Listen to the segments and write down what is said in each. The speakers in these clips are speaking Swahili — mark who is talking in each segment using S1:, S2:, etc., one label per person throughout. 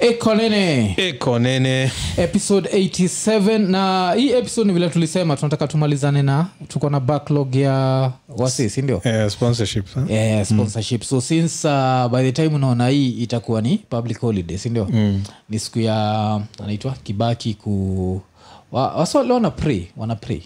S1: eko nene
S2: eko nene
S1: episode 87 na hii episode ni vile tulisema tunataka tumalizane na tuko na backlog ya wasi sindio
S2: eh, sponsorship huh?
S1: yeah, sponsorship mm. so since uh, by the time unaona hii itakuwa ni public holiday sindio mm. ni siku ya anaitwa kibaki ku wa- wasi wale wana pray wana pray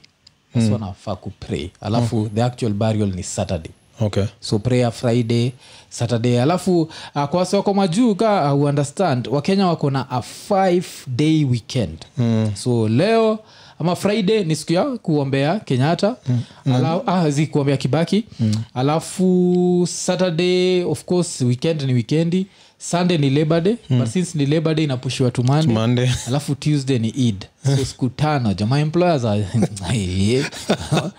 S1: wasi mm. wanafaa kupray alafu mm. the actual burial ni saturday
S2: okay
S1: so prayer friday saturday alafu uh, kwa wasi wako majuu ka uh, understand wakenya wako na a five day weekend mm. so leo ama friday ni siku ya kuombea kenyatta mm. ala, ah, zi kuombea kibaki mm. alafu saturday of course weekend ni weekendi sunday ni labor day mm. but since ni labor day inapushiwa to monday,
S2: Monday.
S1: alafu tuesday ni id so siku tano jamaa employers wa-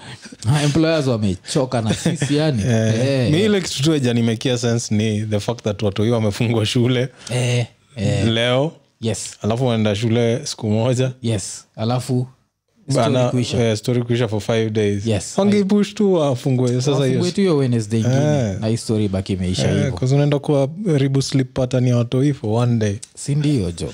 S1: Ma employers wamechoka na sisi yani Eh,
S2: mi ile kitu tu ejanimekia sense ni the fact that watu hii wamefungwa shule
S1: eh, eh,
S2: leo
S1: yes
S2: alafu wanaenda shule siku moja
S1: yes alafu
S2: Bana, eh, story kuisha for five days
S1: Yes.
S2: wangepush tu wafungue sasa hiyo
S1: wetu hiyo wednesday ingine
S2: Eh.
S1: na hii story ibaki imeisha
S2: Eh,
S1: hivo
S2: 'cause unaenda kuwa ribu sleep pattern ya watoi for one day
S1: sindio jo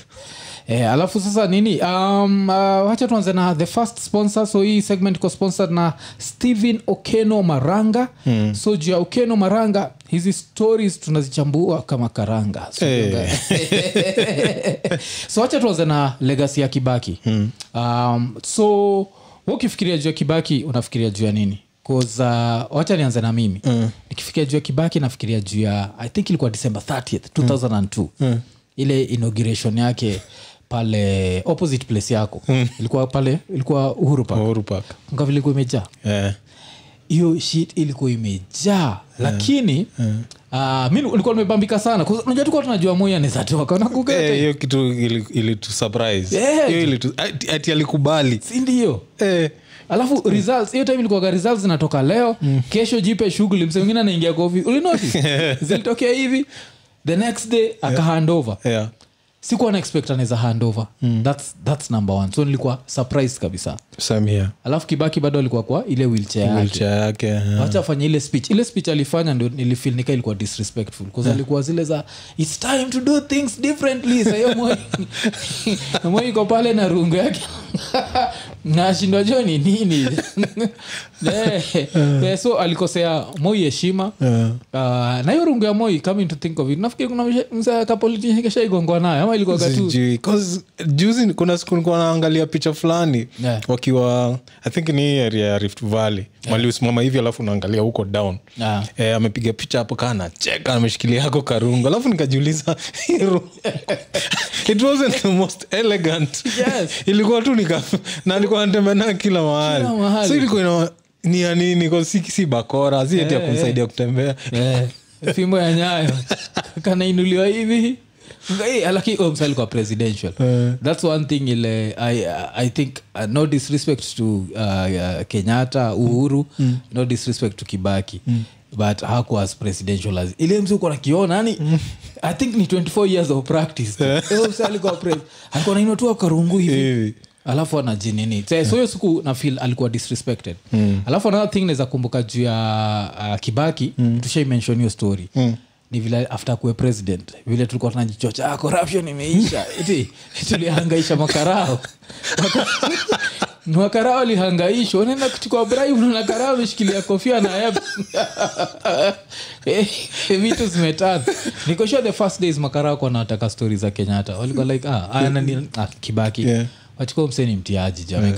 S1: Eh, alafu sasa nini um, uh, wacha tuanze na the first sponsor so hii segment iko sponsored na stephen okeno maranga hmm. so juu ya okeno maranga hizi stories tunazichambua kama karanga so,
S2: Eh.
S1: so wacha tuanze na legasi ya kibaki hmm. um, so wa ukifikiria juu ya kibaki unafikiria juu ya nini 'Cause, uh, wacha nianze na mimi mm. nikifikiria juu ya kibaki nafikiria juu ya i think ilikuwa december 30th 2002 mm. ile inauguration yake pale opposite place yako mm. ilikuwa pale ilikuwa uhuru park
S2: uhuru park
S1: Kumbuka vile ilikuwa imejaa
S2: Eh,
S1: hiyo shit ilikuwa imejaa lakini ah, mi nilikuwa nimebambika sana 'Cause unajua tukuwa tunajua moya nezatoka
S2: eh,
S1: nakukete
S2: hiyo kitu ili- ilitusurprise
S1: Yeah.
S2: hiyo ilitu ati- ati alikubali
S1: sindio
S2: eh,
S1: alafu results hiyo time ilikuwaga results zinatoka leo kesho jipe shughuli mse mwingine anaingia kwa ofisi ulinotice zilitokea hivi the next day aka handover
S2: yeah.
S1: sikuwa na expect anaweza handover that's, that's number one so nilikuwa surprised kabisa
S2: samia
S1: alafu kibaki bado alikuwa kwa ile wheelchair yake
S2: wilcha yake eh.
S1: wacha afanye ile speech ile speech alifanya ndio nilifilnika ilikuwa disrespectful bcause alikuwa zile za its time to do things differently sahiyo moi moi iko pale na rungu yake nashindwa jo ni nini Eh, eh, so alikosea moi heshima Ah, na hiyo rungu ya moi coming to think of it nafikiri kuna mshe- mzee kapolitikesha igongwa nayo ama ilikuwa tu
S2: Sijui. 'Cause juzi kuna siku nikuwa naangalia picha fulani
S1: Yeah.
S2: wakiwa i think ni hii area ya rift valley maliusimama hivi alafu unaangalia huko down
S1: Ah.
S2: eh, amepiga picha hapo kaa nacheka ameshikilia yako karungu alafu nikajiuliza hii rungu- it wasn't the most elegant
S1: Yes.
S2: ilikuwa tu nika na alikuwa natembea nayo kila mahali
S1: Kila mahali.
S2: so ilikuwa ina ni ya nini 'Cause si, si bakora si eti ya kumsaidia kutembea
S1: Eh, fimbo ya nyayo kanainuliwa hivi Ngai, alaki oh, msali kwa presidential thats one thing ile i, I think uh, no disrespect to uh, uh, kenyatta uhuru mm. no disrespect to kibaki mm but hakuwa as presidential as ile msi uko nakiona yani i think ni 24 years of practice Huyo msee alikuwa pres- alikuwa nainua tu akarungu Eh. hivi
S2: Hivi.
S1: alafu anajinini so hiyo siku na feel alikuwa disrespected mm. alafu another thing naweza kumbuka juu ya uh, kibaki mm. tushaimenshon hiyo story mm ni vile after kuwe president vile tulikuwa tunajichocha ah, corruption imeisha eti tulihangaisha makarao Maka- makarao alihangaishwa unaenda kuchukua bribe unaona karao ameshikilia kofia na hep Eh, vitu zimetana nikoshua the first days makarao kwa nataka stori za kenyatta walikuwa like ah, ah, nani, ah, kibaki
S2: Yeah.
S1: wachukua mseni mtiaji
S2: Eh,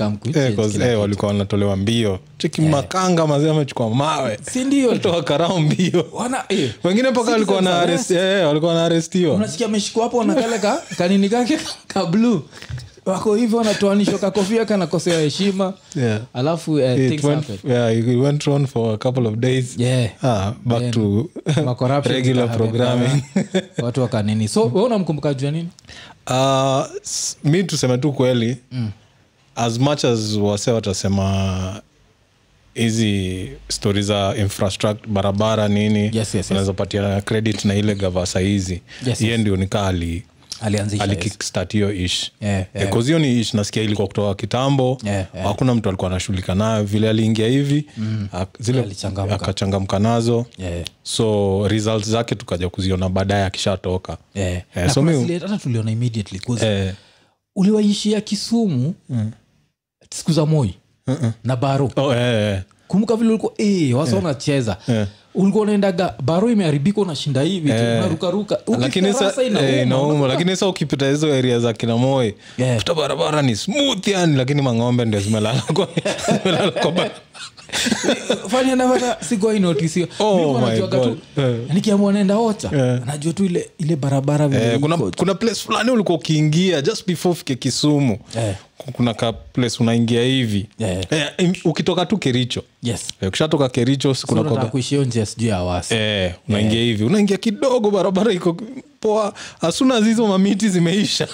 S2: 'cause, eh, walikuwa wanatolewa mbio cheki makanga mazee amechukua mawe
S1: sindio
S2: toa karao mbio wengine mpaka walikuwa na arrest- eh, walikuwa na arestiwa
S1: eh, unasikia ameshikwa hapo wanakale ka kanini kake ka bluu wako hivyo wanatoanishwa kakofia kanakosea heshima
S2: Yeah.
S1: alafu eh,
S2: It
S1: things
S2: went-
S1: happen.
S2: yeah, it went on for a couple of days
S1: Yeah.
S2: Ah, back
S1: Then,
S2: to
S1: Ma corruption
S2: regular
S1: zikahappen.
S2: programming
S1: watu wakanini so we unamkumbuka jua nini
S2: Ah, s- mi tuseme tu kweli
S1: Mm.
S2: as much as wase watasema hizi stori za infrastruct barabara nini
S1: yes, yes.
S2: unaweza patia credit na ile gava sahizi
S1: Yes,
S2: iye ndio nikaa ali
S1: alianzisha yes.
S2: alikickstart hiyo ish
S1: Yeah, yeah.
S2: cause hiyo ni ish nasikia ilikuwa kutoka kitambo
S1: Yeah, yeah. Mm.
S2: hakuna mtu alikuwa anashughulika nayo vile aliingia hivi ak- zile
S1: Alichangamka.
S2: akachangamka nazo
S1: Yeah.
S2: so results zake tukaja kuziona baadaye akishatoka
S1: Eh,
S2: Eh,
S1: na
S2: so
S1: kuna
S2: mi-
S1: zile hata tuliona immediately 'cause
S2: Eh, Mm.
S1: uliwaishia kisumu siku za moi na baro
S2: oh, eh, eh.
S1: kumbuka vile ulikuwa e, wasa unacheza ulikuwa unaendaga baro imeharibika unashinda hivi tu, unarukaruka
S2: Eh. lakini
S1: Ukifika rasa
S2: sa eh,
S1: inauma.
S2: inauma lakini sa ukipita hizo area za kinamoi
S1: Yeah.
S2: pita barabara ni smooth yani lakini mang'ombe ndio zimelala kwa zimelala kwa ba-
S1: Funny enough, hata sikuwahi notice hiyo.
S2: Oh
S1: Nilikuwa
S2: my Eh.
S1: najuaga tu, nikiamua naenda ocha najua tu ile, ile barabara vile
S2: Eh, kuna,
S1: iko.
S2: kuna place fulani ulikuwa ukiingia just before ufike kisumu
S1: Eh.
S2: kuna ka place unaingia hivi
S1: Eh.
S2: Eh, im- ukitoka tu kericho
S1: yes
S2: eh, ukishatoka kericho si kuna
S1: Unataka kuishi hiyo njia sijui ya wasi
S2: Eh, unaingia hivi unaingia kidogo barabara iko poa asuna hizo mamiti zimeisha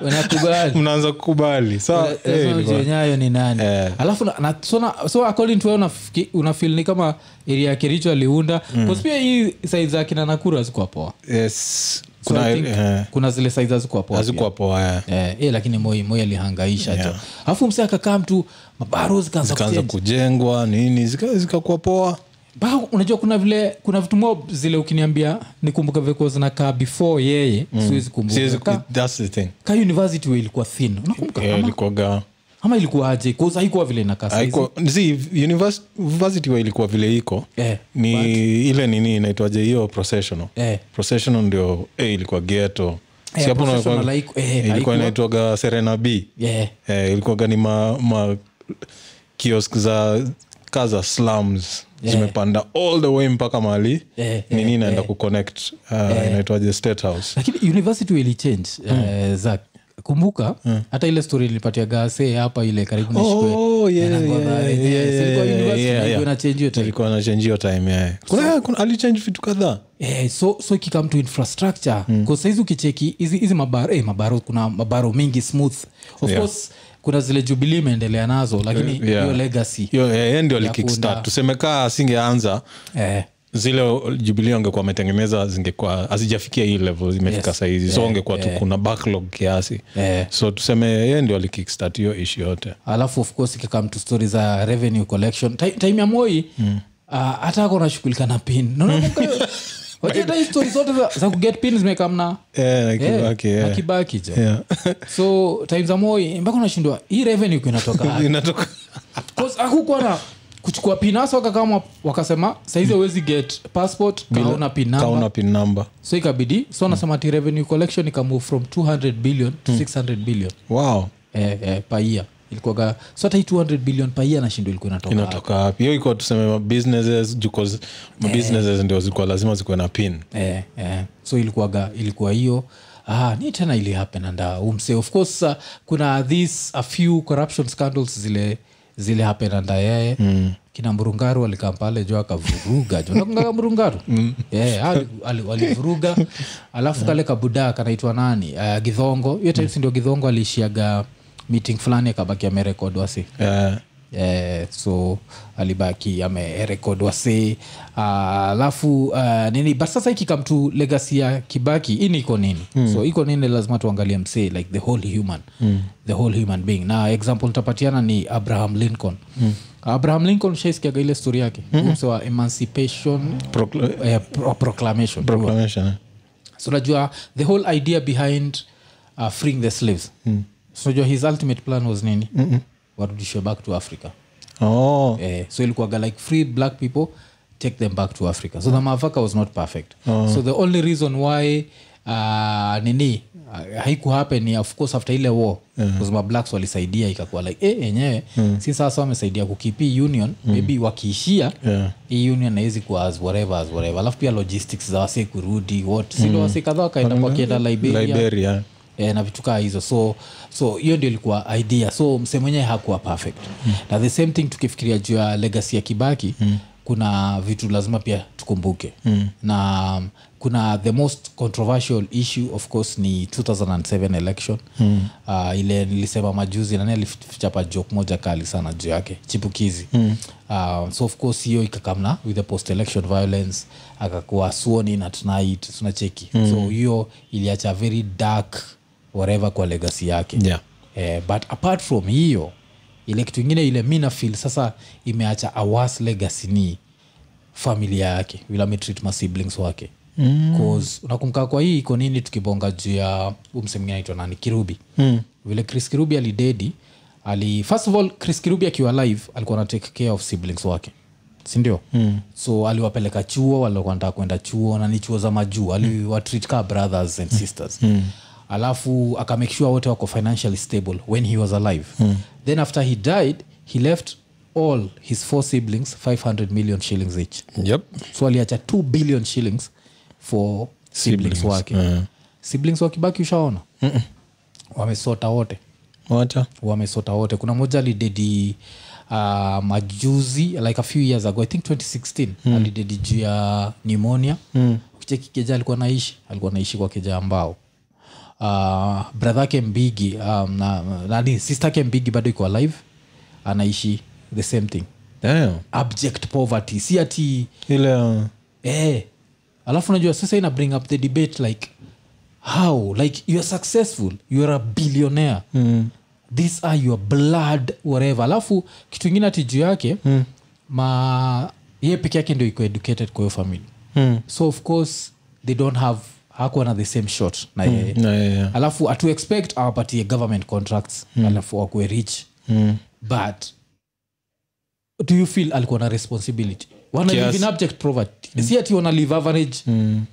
S1: Unakubali.
S2: mnaanza kukubali saa eh,
S1: Lazima
S2: ilikuwa-
S1: ujione hayo ni nani
S2: Eh.
S1: alafu na- na- so na- so according to wewe unafi- unafeel ni kama area ya kericho aliunda
S2: Mm.
S1: Kwa sababu pia hii saizi za kina nakuru hazikuwa poa
S2: yes
S1: so
S2: kuna
S1: I think
S2: eh,
S1: kuna zile saizi hazikuwa poa pia.
S2: hazikuwa poa eh.
S1: Eh, eh, lakini moi moi alihangaisha
S2: Yeah.
S1: tu alafu mse akakaa mtu mabaro zikaanza
S2: zikaanza
S1: kuchange.
S2: kujengwa nini zika- zikakuwa poa
S1: Mpaka unajua kuna vile kuna vitu mob zile ukiniambia nikumbuka vilikuwa zinakaa before yeye siwezi
S2: Mm. siwezi
S1: kumbuka
S2: ku-
S1: ka,
S2: that's the thing
S1: ka university way ilikuwa thin unakumbuka
S2: Eh,
S1: ama,
S2: ilikuwaga
S1: ama ilikuwa aje 'Cause haikuwa vile inakaa saizi.
S2: haikuwa zi univers- university wa ilikuwa vile iko
S1: Eh,
S2: ni ile nini inaitwaje hiyo processional
S1: Eh.
S2: processional ndio eh, ilikuwa geto
S1: Eh, processional haiku- eh, haikuwa-
S2: ilikuwa inaitwaga serena b
S1: Yeah.
S2: eh, ilikuwaga ni ma, ma kiosk za kaa za slums
S1: Yeah.
S2: zimepanda all the way mpaka mali
S1: Eh,
S2: nini inaenda kuconnect uh, inaitwaje state house
S1: lakini university will change
S2: Mm.
S1: eh, za kumbuka hata ile story nilipatia gase hapa ile karibu na
S2: Oh,
S1: Shikwe.
S2: yeah,
S1: Na nakwambia,
S2: yeah,
S1: eh,
S2: yeah,
S1: silikuwa
S2: yeah,
S1: university,
S2: yeah,
S1: ilikuwa
S2: yeah.
S1: inachange hiyo time.
S2: ilikuwa nachenjio time yeah. kuna, kuna alichange vitu kadhaa
S1: Eh, so so ikikam to infrastructure mm. saizi ukicheki hizi hizi mabaro, eh, mabaro kuna mabaro mingi smooth of
S2: Yeah. Eh,
S1: course kuna zile jubili imeendelea nazo lakini hiyo
S2: yeah.
S1: legacy
S2: Yo, eh, yeye ndio
S1: kuunda.
S2: alikickstart tuseme kaa asingeanza
S1: eh,
S2: zile jubilii angekuwa ametengeneza zingekuwa hazijafikia hii level zimefika
S1: Yes.
S2: sahizi so angekuwa tu kuna backlog kiasi
S1: Yeah.
S2: so tuseme yeye ndio alikickstart hiyo ishi yote
S1: alafu of course ikikam to story za revenue collection Ti- time ya moi mm. uh, hata ako nashughulika na pin Unakumbuka hiyo? Wajua hata hii story zote za, za kuget pin zimekamna
S2: Eh, na
S1: Eh,
S2: Kibaki, eh.
S1: na Kibaki jo
S2: Yeah.
S1: so time za moi mpaka unashindwa hii revenue iko inatoka wapi?
S2: Inatoka-
S1: 'Cause hakukuwa na kuchukua pinasa wakakama wakasema saizi awezi get passport kaona
S2: kauna
S1: pinamba
S2: pin number
S1: so ikabidi so anasema ati revenue collection ikamove from 200 billion to 600 billion
S2: wow
S1: eh, eh, paia ilikuwaga so hata hii 200 billion paia nashindo ilikuwa inatoka
S2: inatoka wapi hiyo ikuwa tuseme ma businesses juu 'cause ma businesses ndio zilikuwa lazima zikuwe na pin
S1: eh, eh. so ilikuwaga ilikuwa hiyo Ah, ni tena ili happen and uh, umse of course uh, kuna these a few corruption scandals zile zile happen and uh, yeye mm. kina murungaru alikaa pale jo akavuruga jo nakungaga murungaru yeah, ali- ali- walivuruga alafu kale kabuda kanaitwa nani uh, gidhongo hiyo time si ndio gidhongo aliishiaga meeting fulani akabaki amerekod wasi
S2: Eh,
S1: eh, so alibaki amerekod wase Ah, alafu ah, nini but sasa ikikam tu legasi ya kibaki ini iko nini mm. so iko nini lazima tuangalie msee like the whole human mm. the whole human being na example nitapatiana ni abraham lincoln mm. abraham lincoln shaisikiaga ile stori yake mm. wa emancipation
S2: procl-
S1: eh, pro- proclamation
S2: proclamation, eh.
S1: so unajua the whole idea behind uh, freeing the slaves mm. so unajua his ultimate plan was nini Mm-mm. warudishwe back to africa
S2: Oh,
S1: eh, so ilikuwaga like free black people take them back to africa so the mavaka was not perfect so the only reason why uh, nini uh, haiku happen ni of course after ile war yeah. mablacks walisaidia ikakuwa like eh, enyewe si sasa wamesaidia kukipi union maybe wakiishia
S2: Yeah.
S1: hii union haiwezi kuwa as whatever as whatever alafu pia logistics za wase kurudi what sindo wase kadhaa wakaenda wakienda Hmm. liberia
S2: liberia
S1: eh, na vitu kaa hizo so so hiyo ndio ilikuwa idea so mse mwenyewe hakuwa perfect mm. na the same thing tukifikiria juu ya legasi ya kibaki mm. kuna vitu lazima pia tukumbuke mm. na um, kuna the most controversial issue of course ni 2007 election mm. uh, ile nilisema majuzi nani alichapa joke moja kali sana juu yake chipukizi mm. uh, so of course hiyo ikakamna with the post election violence akakuwa sworn in at night tunacheki mm. so hiyo iliacha very dark whatever kwa legacy yake
S2: Yeah.
S1: eh, but apart from hiyo ile kitu ingine ile mi nafil sasa imeacha awas legacy ni familia yake vile ametreat masiblings wake mm. unakumkaa kwa hii iko nini tukibonga juu ya umsemingine aitwa nani kirubi mm. vile chris kirubi alidedi ali first of all chris kirubi akiwa alive alikuwa na take care of siblings wake sindio mm. so aliwapeleka chuo walikanataka kwenda chuo na ni chuo za majuu aliwatreat kaa brothers and sisters mm alafu akamake sure wote wako financially stable when he was alive mm. then after he died he left all his four siblings 500 million shillings each
S2: Yep.
S1: so aliacha 2 billion shillings for siblings,
S2: Siblings,
S1: wake siblings wakibaki ushaona wamesota wote
S2: Wacha.
S1: wamesota wote kuna moja alidedi uh, majuzi like a few years ago i think 2016 mm. alidedi juu ya pneumonia mm. ukicheki keja alikuwa naishi alikuwa naishi kwa keja ambao uh, brother ke mbigi um, na, nani sister ke mbigi bado iko alive anaishi the same thing
S2: Damn.
S1: abject poverty si ati
S2: ile uh,
S1: eh. alafu najua sasa ina bring up the debate like how like youare successful youare a billionaire mm. these are your blood whatever alafu kitu ingine ati juu yake mm. ma ye peke yake ndio iko educated kwa hiyo family mm. so of course they don't have hakuwa na the same shot na yeye
S2: na yeah, yeah.
S1: alafu atu expect awapatie government contracts mm. alafu wakue rich mm. but do you feel alikuwa na responsibility wana live
S2: Kiasi.
S1: in abject poverty si ati wana live average mm.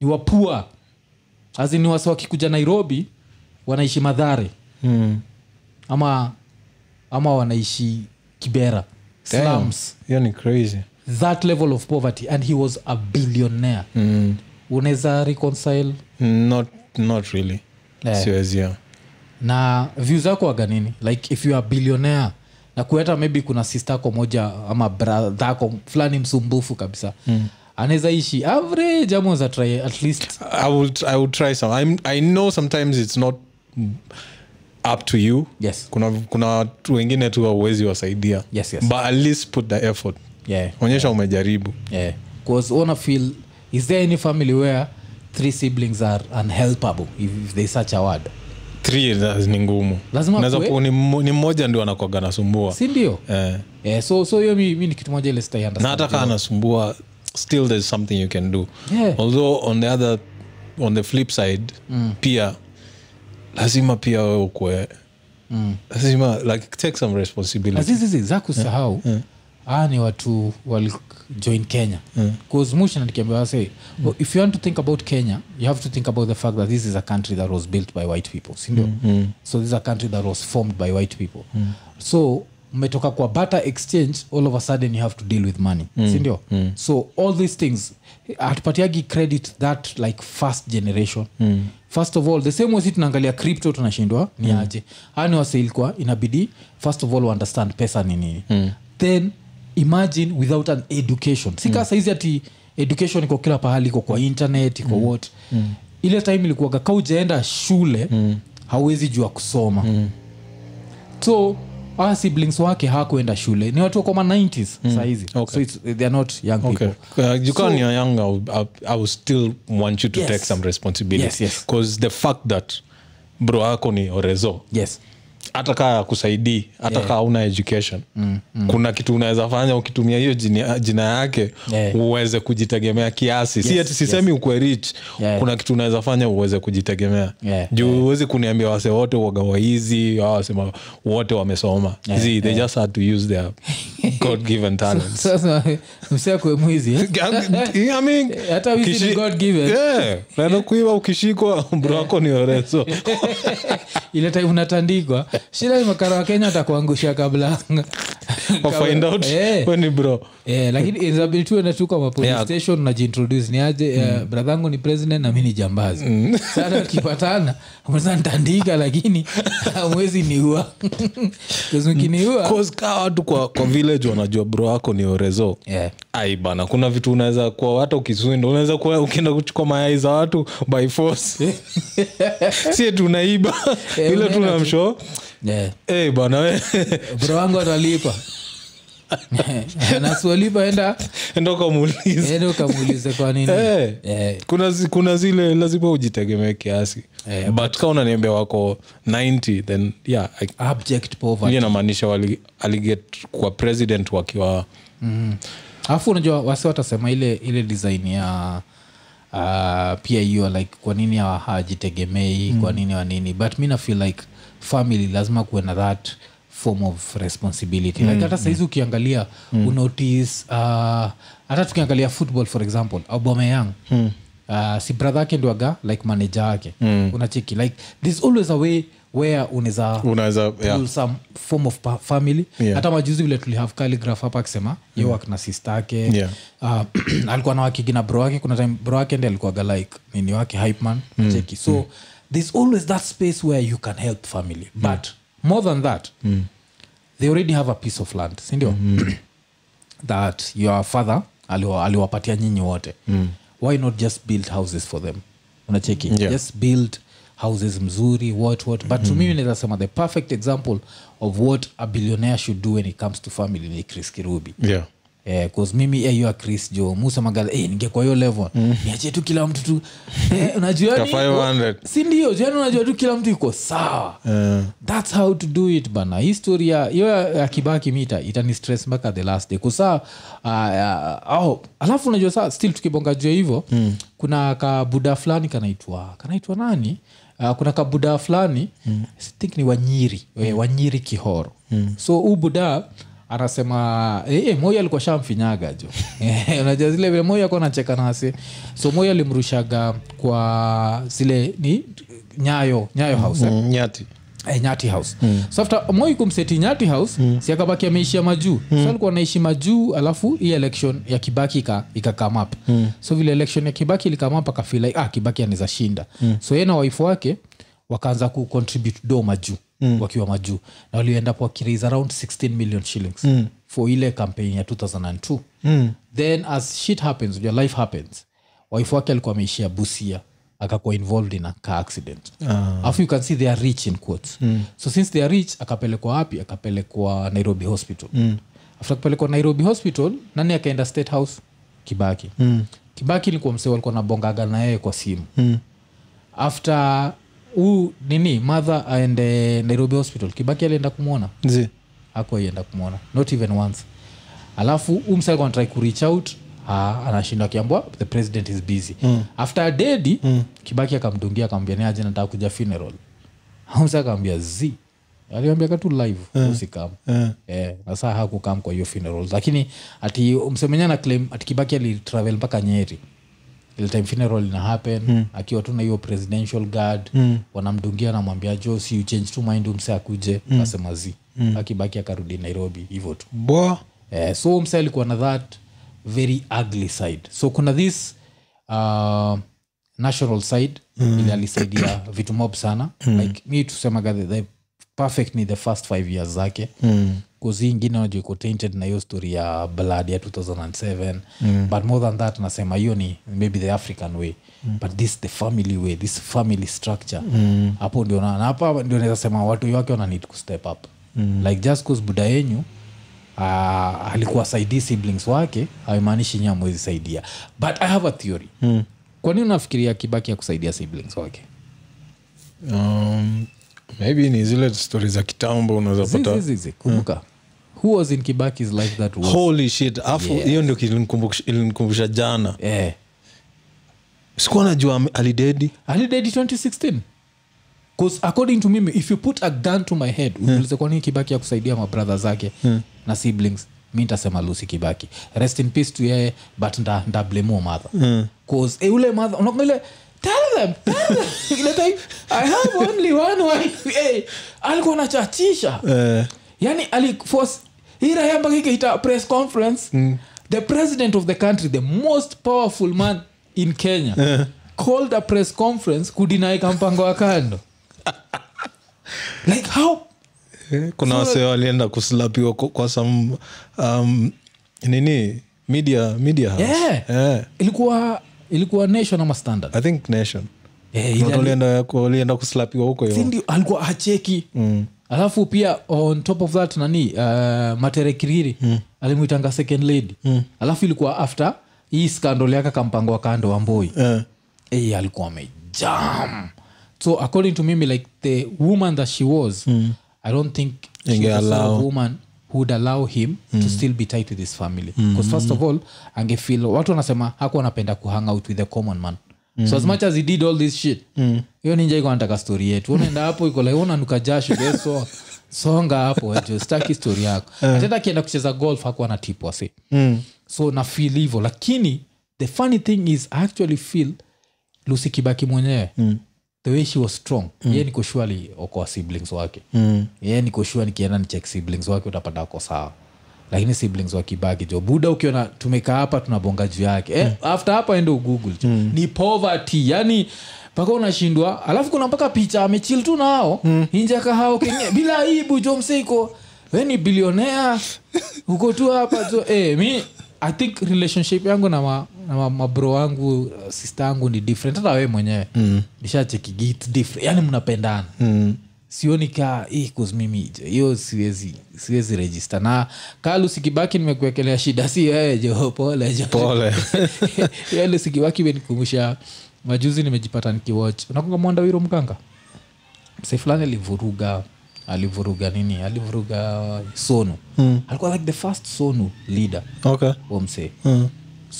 S1: ni wapua azi ni wasa wakikuja nairobi wanaishi madhare
S2: Mm.
S1: ama ama wanaishi kibera
S2: Damn.
S1: slums
S2: hiyo ni crazy
S1: that level of poverty and he was a billionaire mm. unaweza reconcile
S2: not not really
S1: Eh.
S2: siwezi yeah.
S1: na view zako waga nini like if you are billionaire na kueta maybe kuna sister ako moja ama bradhako fulani msumbufu kabisa mm. anaweza ishi average ama za try at least
S2: I will I will try some. I'm I know sometimes it's not up to you.
S1: Yes.
S2: Kuna kuna watu wengine tu hauwezi wasaidia.
S1: Yes, yes.
S2: But at least put the effort.
S1: yeah
S2: Onyesha umejaribu.
S1: yeah because ona feel is there any family where three siblings are unhelpable if, if they such a word
S2: Three na- ni ngumu.
S1: Lazima
S2: Unaweza
S1: kuwe-
S2: ku- ni mmo- ni mmoja ndio anakwaga anasumbua.
S1: si ndio
S2: Eh.
S1: yeah, so so hiyo mi, mi ni kitu moja ile sitai
S2: Na
S1: understand.
S2: hata kama anasumbua still there's something you can do.
S1: Yeah. Mm.
S2: Although on the other on the flip side pia lazima pia wewe ukue.
S1: Mm.
S2: Lazima like take some responsibility.
S1: azizizi za kusahau aa ni watu walijoin kenya kuzmusha nikiambiwase if you want to think about kenya you have to think about the fact that this is a country that was built by white people sindio so this is a country that was formed by white people so mmetoka kwa bata exchange all of a sudden you have to deal with money sindio so all these things hatupatiagi credit that like first generation first of all the same way si tunaangalia crypto tunashindwa ni aje ani waseilkwa inabidi first of all understand pesa ni nini then imagine without an education sika mm. saizi ati education iko kila pahali iko kwa internet iko mm. what mm. ile time ilikuwaga ka ujaenda shule mm. hauwezi jua kusoma mm so our siblings wake hawakuenda shule ni watu wako ma 90s mm. sahizi
S2: Okay.
S1: so it's, they are not young people
S2: Okay. Uh,
S1: So-
S2: you can you're young, I would- I, I would still want you to
S1: Yes.
S2: take some responsibility.
S1: Yes, yes.
S2: Because the fact that bro yako ni orezo
S1: yes
S2: hata kaa akusaidii hata yeah. kaa una education mm, mm. kuna kitu unaweza fanya ukitumia hiyo jina, jina yake
S1: Yeah.
S2: uweze kujitegemea kiasi yes, si ati sisemi yes. ukwe rich
S1: Yeah.
S2: kuna kitu unaweza fanya uweze kujitegemea
S1: Yeah,
S2: juu huwezi kuniambia wase wote waga waizi au wasema wote wamesoma
S1: Yeah,
S2: See, they just had to use their god given talents
S1: sasa msiakwe mwizi eh?
S2: I mean,
S1: Hata wizi ni
S2: ukishi-
S1: God-given.
S2: Yeah, unaenda kuiba ukishikwa bro wako ni oreso
S1: ile time unatandikwa shida ni makara wa kenya atakuangusha kabla
S2: wafind out
S1: Eh.
S2: we ni bro
S1: Eh, lakini inabidi tuwe na tu kama police
S2: Yeah. Mm.
S1: station najiintroduce ni aje eh, brathangu ni president na mi ni jambazi sana tukipatana mnaweza nitandika lakini mwezi niua kuzukiniua
S2: Ah. cause kaa watu kwa, kwa village wanajua bro wako ni orezo
S1: yeah.
S2: ai bana kuna vitu unaweza kuwa hata ukiswinda unaweza kuwa ukienda kuchukua mayai za watu by force sie tunaiba
S1: Eh,
S2: ile
S1: unaenda tu.
S2: tunamsho
S1: yeah.
S2: hey, Eh, bana we
S1: Eh. bro wangu atalipa anasualipa enda
S2: enda ukamuuliza
S1: enda ukamuulize kwa nini
S2: Eh.
S1: Eh,
S2: kuna, zi- kuna zile lazima ujitegemee kiasi
S1: Eh,
S2: but kaa unaniambia wako 90 then yeah I-
S1: abject
S2: hiyo
S1: poverty
S2: inamaanisha wali- aliget kwa president wakiwa
S1: Mm. alafu unajua wasi watasema ile ile design ya uh, pia hiyo like kwa nini hawa- hawajitegemei mm. kwa nini wanini but mi nafeel like family lazima kuwe na that form of responsibility like hata sahizi ukiangalia mm. unotice uh, hata tukiangalia football for example aubameyang mm. uh, si brother yake ndo aga like manager yake mm. unacheki like there's always a way where unaweza
S2: unaweza yeah.
S1: pull some form of pa- family
S2: Yeah.
S1: hata majuzi vile tulihave calligraph hapa akisema mm. na sista ake
S2: Yeah.
S1: uh, alikuwa na wakigina bro wake kuna time bro wake ndi alikuwaga like nini wake hypeman mm. cheki so mm. there's always that space where you can help family mm. but more than that mm. they already have a piece of land sindio mm-hmm. that your father aliwa- aliwapatia nyinyi wote mm. why not just build houses for them unacheki
S2: Yeah.
S1: just build houses mzuri what what but to me naweza sema the perfect example of what a billionaire should do when it comes to family ni chris kirubi
S2: Yeah.
S1: Eh, 'cause mimi eh, you are chris jo musemagala eh, ningekuwa hiyo level niachie tu kila mtu tu eh, unajua
S2: Ka
S1: ni-
S2: 500.
S1: si ndio jani unajua tu kila mtu iko sawa
S2: Eh.
S1: thats how to do it bana historia hiyo ya- ya kibaki mita itani stress mpaka the last day kusaa uh, uh, oh, alafu unajua saa still tukibonga jua hivyo mm. kuna kabuda fulani kanaitwa kanaitwa nani Uh, kuna kabuda fulani mm. think ni wanyiri mm. wanyiri kihoro mm. so huu buda anasema eh, eh, moyo alikuwa shamfinyaga jo Eh, unajua zile vile moyo akuwa nacheka nasi so moyo alimrushaga kwa zile ni nyayo nyayo house eh?
S2: Mm, nyati
S1: eh, nyati house mm. so after moi kumseti nyati house mm. si akabaki ameishia majuu mm. so alikuwa anaishi majuu alafu hii election ya kibaki ika, ika come up mm. so vile election ya kibaki ilikam up akafeel like, ah kibaki anaweza shinda mm. so yeye na waifu wake wakaanza kucontribute do majuu mm. wakiwa majuu na walioendapo wakiraise around 16 million shillings mm. for ile campaign ya 2002 mm. then as shit happens your life happens waifu wake alikuwa ameishia busia akakuwa involved in a car accident afu you can see they are rich in quotes Ah. mm. so since they are rich akapelekwa wapi akapelekwa nairobi hospital mm. after akapelekwa nairobi hospital nani akaenda state house kibaki mm. kibaki ilikuwa msee walikuwa nabongaga na yeye kwa simu mm. after huu nini mother aende nairobi hospital kibaki alienda kumwona
S2: Zi.
S1: akuaienda kumwona not even once alafu umsalikuwa natrai kurich out ah, anashindwa akiambwa the president is busy mm. after a dedi mm. kibaki akamdungia akamwambia ni aje nataka kuja funeral umsa akamwambia z aliambiaga tu live mm. usikam mm. eh, nasaa hakukam kwa hiyo funeral lakini ati msemenye na claim ati kibaki alitravel mpaka nyeri ile time funeral ina happen mm. akiwa tu na hiyo presidential guard mm. wanamdungia namwambia jo si you change to mind umse akuje mm. asema zi mm. akibaki akarudi nairobi hivyo tu
S2: Bwa.
S1: eh, so mse alikuwa na that very ugly side so kuna this uh, national side mm. ile alisaidia vitu mob sana mm. like mi tusemaga the, the perfect ni the first five years zake mm kuzi ingine unajua iko tainted na hiyo story ya blood ya 2007 mm. but more than that nasema hiyo ni maybe the african way mm. but this the family way this family structure mm. hapo ndio na na hapa ndio naweza sema watu wake wana need kustep up mm. like just cause buda yenyu uh, alikuwa saidii siblings wake haimaanishi nyie amwezi saidia but i have a theory mm. kwa nini unafikiria kibaki ya kusaidia siblings wake
S2: um, maybe ni zile stori za kitambo unawezapata
S1: zizizizi kumbuka who was in kibakis life that was
S2: holy shit afu hiyo ndio kilinikumbusha- ilinikumbusha jana
S1: eh.
S2: sikuwa najua ame- alidedi
S1: alidedi 2016 'Cause according to mimi if you put a gun to my head uniulize kwa nini kibaki ya kusaidia mabradha zake na siblings mi ntasema lusi kibaki rest in peace to yeye but nda- ndablemu madha bcause eh, ule madha unakumbuka ile tell them, tell them. Ile time, i have only one wife Eh, alikuwa anachachisha
S2: Eh.
S1: yani ali force hii rayamba kikaita press conference mm. the president of the country the most powerful man in kenya called a press conference kudinaika mpango wa kando like how
S2: Eh, kuna wase walienda kuslapiwa kwa, kwa some, um, nini media media house
S1: Yeah.
S2: Eh,
S1: ilikuwa ilikuwa nation ama standard
S2: i think nation
S1: Eh,
S2: Watu
S1: ile-
S2: walienda walienda kuslapiwa huko
S1: si
S2: hivo
S1: ndio alikuwa acheki mm. alafu pia on top of that nani uh, matere kiriri mm. alimuitanga second lady mm. alafu ilikuwa after hii skandol yake kampango wa kando wa mboi
S2: Eh,
S1: hey, alikuwa amejam so according to mimi like the woman that she was mm. i don't think she
S2: Inge
S1: was the sort of
S2: allow.
S1: woman who would allow him mm. to still be tight with his family because mm. first of all angefeel watu wanasema hakuwa anapenda kuhang out with the common man mm. so as much as he did all this shit hiyo ninja iko anataka story yetu unaenda hapo iko like unanuka jasho beso songa hapo eh, jo, sitaki story yako atenda akienda kucheza golf hakuwa na tip wasi Eh. mm. so na feel hivyo lakini the funny thing is I actually feel lusi kibaki mwenyewe mm. the way she was strong mm. ye niko shuali okoa siblings wake mm. ye niko shua nikienda nichek siblings wake utapata ako sawa lakini siblings wa kibaki jo buda ukiona tumekaa hapa tunabonga juu yake eh, after hapa ende ugoogle jo mm. ni poverty yani mpaka unashindwa alafu kuna mpaka picha amechil tu nao mm. injakahao kenye bila aibu jo mseiko we ni bilionea uko tu hapa jo eh, mi i think relationship yangu na, ma, na ma, mabro wangu uh, sister yangu ni different hata we mwenyewe mm. nishachekigi it's different yani mnapendana mm sioni ka "Eh, 'cause mimi jo, hiyo siwezi siwezi rejista na kalusikibaki nimekuekelea shida si wewe jo pole jo
S2: pole
S1: Hiyo Lucy Kibaki imenikumbusha majuzi nimejipata nikiwatch unakunga mwanda wiro mkanga mse fulani alivuruga alivuruga nini alivuruga sonu mm. alikuwa like the first sonu leader
S2: okay
S1: wa mse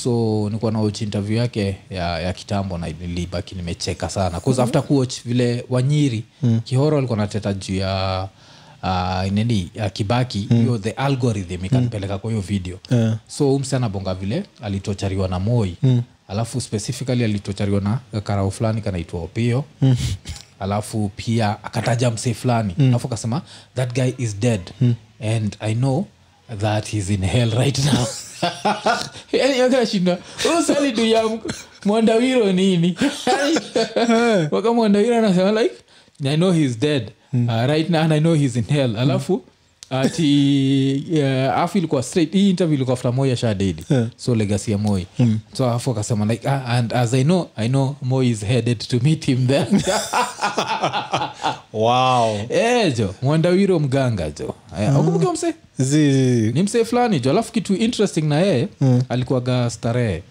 S1: so nikuwa nawach interview yake ya, ya kitambo na nilibaki nimecheka sana bcause after kuwatch vile wanyiri mm. kihoro alikuwa nateta juu ya uh, nini ya kibaki hiyo the algorithm ikanipeleka kwa hiyo video
S2: Yeah.
S1: so huyu msichana bonga vile alitochariwa na moi mm. alafu specifically alitochariwa na karau fulani kanaitwa opio mm. alafu pia akataja msee fulani mm. alafu akasema that guy is dead mm. and i know that he's in hell right now Yaani, kashinda usalidu ya mk- mwandawiro nini waka mwandawiro anasema like i know he's dead uh, right now and i know he's in hell alafu ati uh, afu ilikuwa straight hii interview ilikuwa after moi ashadedi so legacy ya moi so afu akasema like ah, and as i know i know moi is headed to meet him there
S2: wow
S1: Eh, jo mwandawiro mganga Eh, jo akumbuka mse
S2: zi
S1: ni msee fulani jo alafu kitu interesting na yeye mm. alikuwaga starehe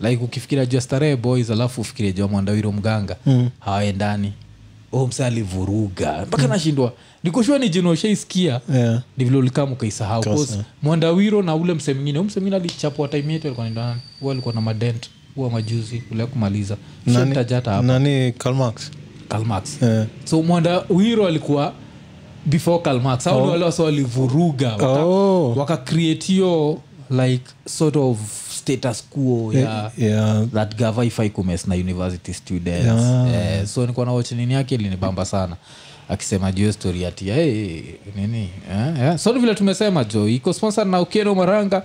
S1: like ukifikiria juu ya starehe boys alafu ufikiria juu ya mwandawiro mganga mm. hawaendani oh, msee alivuruga mpaka nashindwa nikushua ni jino ushaisikia
S2: Yeah.
S1: ni vile ulikaa mkaisahau
S2: Kosa.
S1: 'Cause mwandawiro na ule msee mwingine u msee mwingine alichapwa time yetu alikuwa anaitwa nani? huwa alikuwa na madent huwa majuzi ule kumaliza shtajata hapa
S2: nani Karl Marx
S1: Karl Marx
S2: Eh.
S1: so mwandawiro alikuwa before Karl Marx au oh. wale wasa walivuruga waka,
S2: Oh.
S1: wakacreate hiyo like sort of status quo ya
S2: Eh. yeah
S1: that gava ifai kumes na university students eh, so nikuwa na watch nini yake ilinibamba sana akisema juu hiyo story ati hey, nini eh, eh. so ni vile tumesema jo iko sponsor na ukieno maranga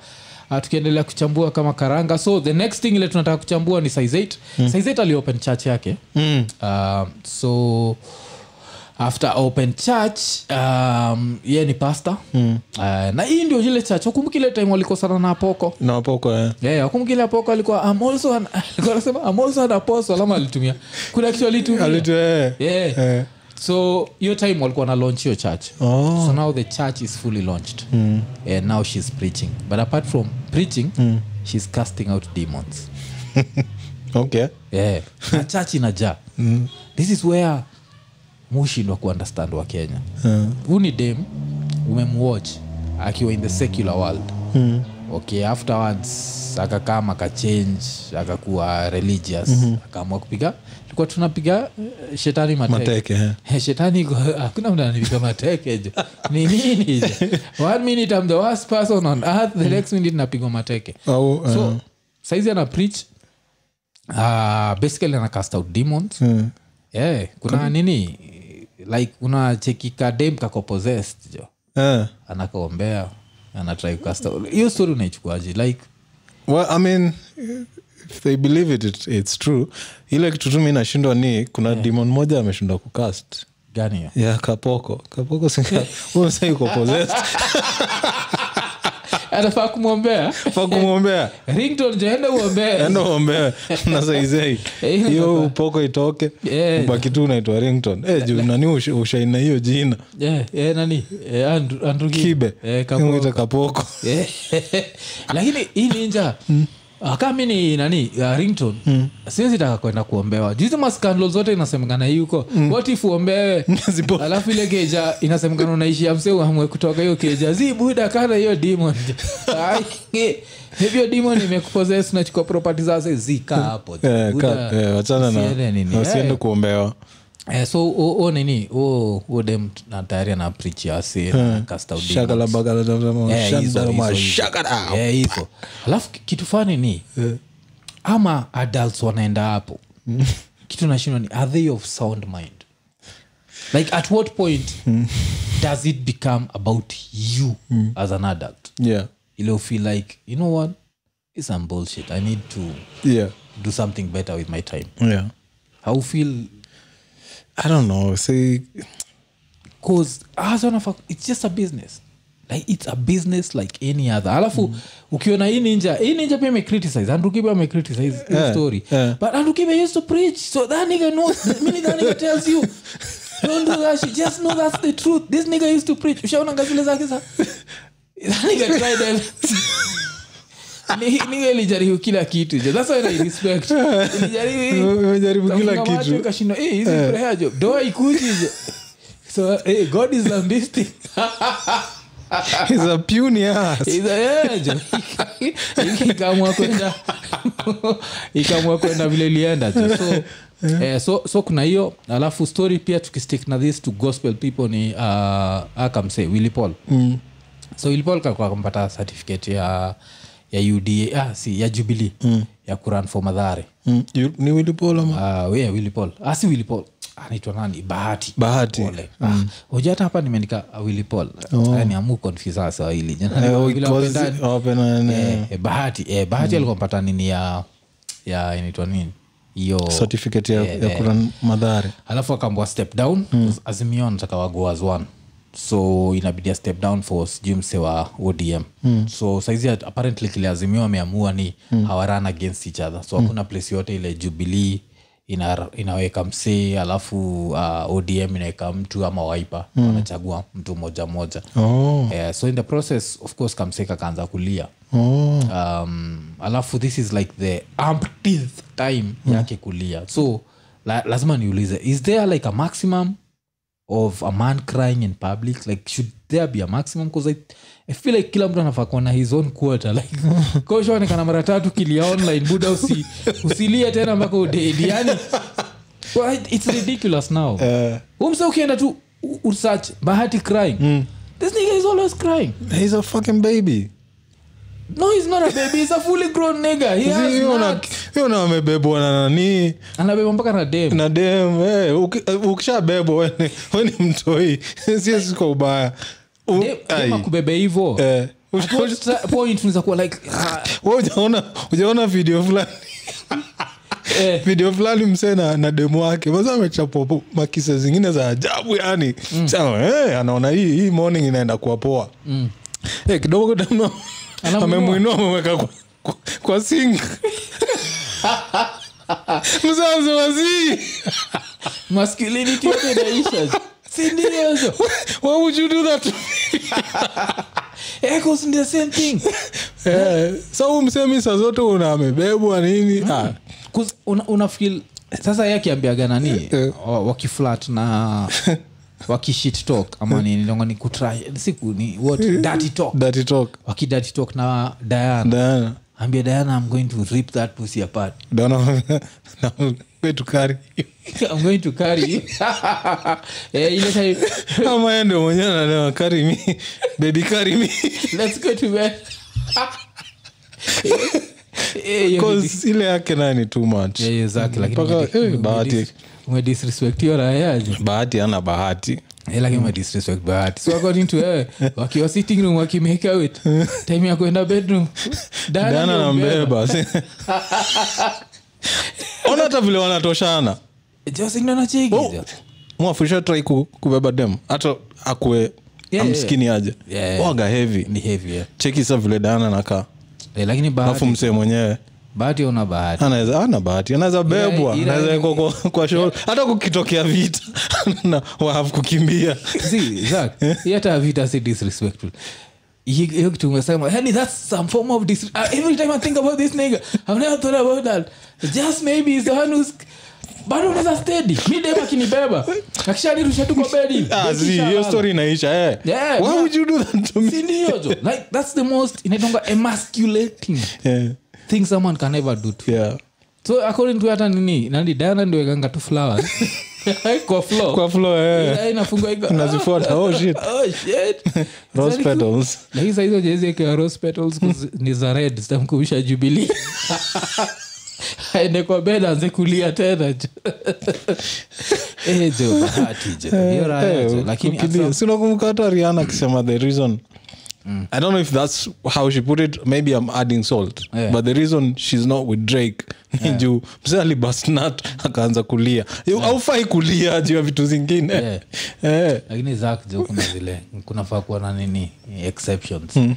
S1: Ah, tukiendelea kuchambua kama karanga so the next thing ile tunataka kuchambua ni size 8 mm. size 8 aliopen church yake mm. um, so after open church um, ye ni pastor mm. uh, na hii ndio ile church wakumbuki ile time walikosana na poko
S2: na wapoko eh.
S1: yeah, wakumkile apoko alikuwa "I'm also an- alikuwa anasema "I'm also an apostle ama alitumia kuna kitu alitumia
S2: Alitu, eh.
S1: yeah.
S2: Eh.
S1: so hiyo time walikuwa na launch hiyo church
S2: Oh.
S1: so now the church is fully launched mm. and now she's preaching but apart from preaching mm. she's casting out demons
S2: okay
S1: yeah. na church inajaa mm. this is where mushindwa kuundestand wa kenya huu ni dem umemwatch akiwa in the secular world mm. okay afterwards akakama akachange akakuwa religious mm-hmm. akaamua kupiga tulikuwa tunapiga eh, shetani mateke
S2: mateke eh.
S1: Eh, shetani iko- hakuna mtu ananipiga mateke jo ni nini jo? one minute I'm the worst person on earth the next minute napigwa mateke
S2: au eh,
S1: so saizi ana preach uh, basically ana cast out demons mm. yeah, kuna nini like una cheki kadem kako possessed jo
S2: eh.
S1: anakaombea anatrai kukasta hiyo story unaichukuaje like
S2: well i mean if they believe it, it it's true ile kitu tu mi nashindwa ni kuna demon moja ameshindwa kucast
S1: gani hiyo
S2: ya kapoko kapoko sinsa yuko possessed
S1: anafaa kumwombea
S2: fa kumwombea
S1: rington jaenda uombee
S2: enda uombewe na saizei
S1: Eh,
S2: hiyo upoko itoke
S1: Eh.
S2: ubaki tu unaitwa rington eh, juu nani usha- ushaina hiyo jina
S1: Eh, eh, nani Eh, Andrew- Andrew
S2: kibe
S1: Eh, Kapo-
S2: Unaita kapoko
S1: Eh, lakini hii ninja kaa mi ni nani ya rington siwezi taka kwenda kuombewa juzi maskandalo zote inasemekana hii huko what if uombewe
S2: Mm. Zipo-
S1: alafu ile keja inasemekana unaishi amse uamwe kutoka hiyo keja zibuda kana hiyo demon Ai, eh, hivyo demon imekuposes nachukua propati zase zika hapo
S2: Eh, ka-
S1: Buda,
S2: eh, wachana na
S1: usiende nini.
S2: na usiende
S1: Eh.
S2: kuombewa
S1: Eh, so o, o nini o, o dem na tayari anaprichi
S2: Eh,
S1: ase anacast out demons.
S2: shakala bakala tamtama,
S1: Eh, hizo,
S2: shandala
S1: hizo,
S2: ma-
S1: hizo.
S2: shakara.
S1: Eh, hizo alafu ki- kitu fani ni ama adults wanaenda hapo kitu nashindwa ni are they of sound mind like at what point does it become about you as an adult
S2: Yeah,
S1: ile feel like you know what it's some bullshit i need to
S2: yeah,
S1: do something better with my time
S2: yeah.
S1: how feel
S2: I don't know. See,
S1: cause as one of a, it's just a business like it's a business like any other alafu mm. ukiona hii ninja hii ninja pia imecriticize andrukibe amecriticize yeah,
S2: Yeah,
S1: story
S2: yeah.
S1: but andrukibe used to preach so that nigga knows that mini that nigga tells you don't do that shit just know that's the truth this nigga used to preach ushaona ngazile zake za Yaani that nigga tried everything Ni- nigga ilijaribu kila kitu jo that's why I respect ilijaribu hii
S2: umejaribu kila
S1: Unaona watu
S2: kitu.
S1: ukashindwa, "Eh, hizi prayer jo, doa ikuji jo." So, eh, God is lambistic.
S2: He's a puny ass.
S1: Is- eh, jo. Ikaamua kwenda- ikaamua kwenda vile ilienda jo. so, eh, so, so kuna hiyo alafu story pia tukistick na this to gospel people ni uh, akamse willi paul mm. so willi paul kalikuwa akampata certificate ya ya uda ah, si, ya jubilee mm. ya kuran for madhare
S2: Mm, you- ni Willy Paul ama?
S1: uh, yeah, Willy Paul. Ah, si Willy Paul. anaitwa nani bahati
S2: Bahati.
S1: Pole. Ah, hoja hata hapa nimeandika uh, Willy Paul yani amu confuse hasa wawili Jana
S2: Eh,
S1: vile
S2: because
S1: wapendani.
S2: open and, eh,
S1: Eh, eh, bahati eh, bahati alikuwa mpata nini ya ya inaitwa nini hiyo
S2: certificate ya, ya kuran madhare
S1: alafu akaambua step down mm. azimio anataka wago as one so inabidi a step down for sijui mse wa odm mm. so saizi at- apparently kile azimio ameamua ni mm. hawaran against each other so hakuna place yote ile jubilii ina, inaweka msee alafu uh, odm inaweka mtu ama waipa mm. wanachagua mtu moja moja
S2: oh.
S1: Eh, so in the process of course kamseka kaanza kulia
S2: Oh.
S1: um, alafu this is like the umpteenth time yake kulia so la, lazima niulize is there like a maximum of a man crying in public like should there be a maximum because I, i feel like kila mtu anafaa kuwa na his own quarter like koshaonekana mara tatu kilia online buda usi, usilie tena mpaka udedi yani well, it- it's ridiculous now umse ukienda tu u- usearch bahati crying this nigga is always crying
S2: He's a fucking baby
S1: no he's not a baby he's a fully grown nigga he
S2: Si,
S1: has
S2: hiyo na-
S1: nuts.
S2: hiyo na amebebwa na nani
S1: anabeba mpaka na dem
S2: na dem eh, uki- eh, ukishabebwa we- we ni mtoi siesi kwa ubaya U-
S1: Dem-
S2: ai,
S1: dem akubebe hivo
S2: eh,
S1: At what sa- point unaweza kuwa like ah,
S2: we ujaona ujaona video fulani
S1: eh,
S2: video fulani msee na, na demu wake maza amechapwa po- makisa zingine za ajabu yani Chama, eh, anaona hii hii morning inaenda kuwa poa Eh, kidogo demu
S1: Anamuinua.
S2: amemwinua ameweka kwa, kwa, kwa sink mzazi wazii
S1: masculinity yote inaisha sindio hizo?
S2: why would you do that
S1: Eh, 'cause ni the same thing
S2: eh, sau msemi saa zote una amebebwa nini
S1: Mm.
S2: ah,
S1: 'Cause una, una feel sasa ye akiambiaga nani
S2: Eh.
S1: wa- wakiflat na wakishit talk
S2: Eh.
S1: ama ninilongoni kutry siku ni what dirty talk
S2: dirty talk
S1: wakidati talk na diana
S2: Diana,
S1: ambia diana i'm going to rip that pussy apart
S2: Diana, kwetu kari
S1: i'm going to carry you." eh, ile time
S2: ama yeye Ah, ndio mwenyewe analewa kari mi baby kari mi
S1: let's go to bed Eh, hiyo ni-
S2: cause ile yake naye ni too much
S1: Yeah, yeah, Eh, exactly. Lakini
S2: Mpaka,
S1: umedi-
S2: eh, bahati
S1: umedis- umedisrespect hiyo raha yaje.
S2: bahati ana bahati
S1: Eh, lakini madisrespect bahati so according to wewe wakiwa sitting room wakimeka wit time ya kuenda bedroom dana
S2: dana
S1: ndio
S2: nambeba ona hata vile wanatoshana
S1: Josing ndo anacheki,
S2: Oh,
S1: Jos.
S2: mwafurisha trai ku, kubeba dem hata akue
S1: yeah.
S2: amskini aje
S1: Yeah, yeah.
S2: waga hevi
S1: Ni heavy, eh.
S2: cheki sa vile dana nakaa
S1: Eh, lakini
S2: alafu
S1: bahati
S2: msee mwenyewe
S1: bahati una bahati
S2: anaweza ana bahati anaweza bebwa
S1: ila-
S2: anaweza wekwa kwa, kwa shol hata kukitokea vita na wahav kukimbia
S1: See, Zach, hii hata vita si e disrespectful E, Hi- hiyo kitu umesema yani that's some form of dis uh, every time i think about this nigga i've never thought about that just maybe is the one who's bado unaweza steady mi dem akinibeba akishanirusha tu kwa bedi
S2: Ah, zi, hiyo story inaisha eh.
S1: Yeah,
S2: Why
S1: ma-
S2: would you do that to me?
S1: sindio jo like that's the most inaitanga emasculating
S2: Yeah,
S1: thing someone can ever do to
S2: yeah.
S1: so according to hata nini nani dana ndio wekanga tu flowers kwa floor
S2: kwa floor, eh.
S1: Ila inafungwa iko,
S2: Unazifuata, oh, shit.
S1: oh shit
S2: Rose
S1: It's very cute.
S2: petals.
S1: lakini sahizo jeziekea rose petals kuz- ni za red zitamkumbusha jubili aende kwa bed anze kulia tena jo Eh, jo bahati jo hiyo raya
S2: Eh,
S1: jo lakini at
S2: ukilia.
S1: some-
S2: Si unakumbuka hata riana akisema the reason
S1: Mm.
S2: i don't know if that's how she put it maybe i'm adding salt
S1: Yeah.
S2: but the reason she's not with drake ni juu mzee alibasnat akaanza kulia Yo, haufai kulia juu ya vitu zingine
S1: Yeah.
S2: Eh.
S1: lakini zak jo kuna zile kunafaa kuwa na nini exceptions Eh,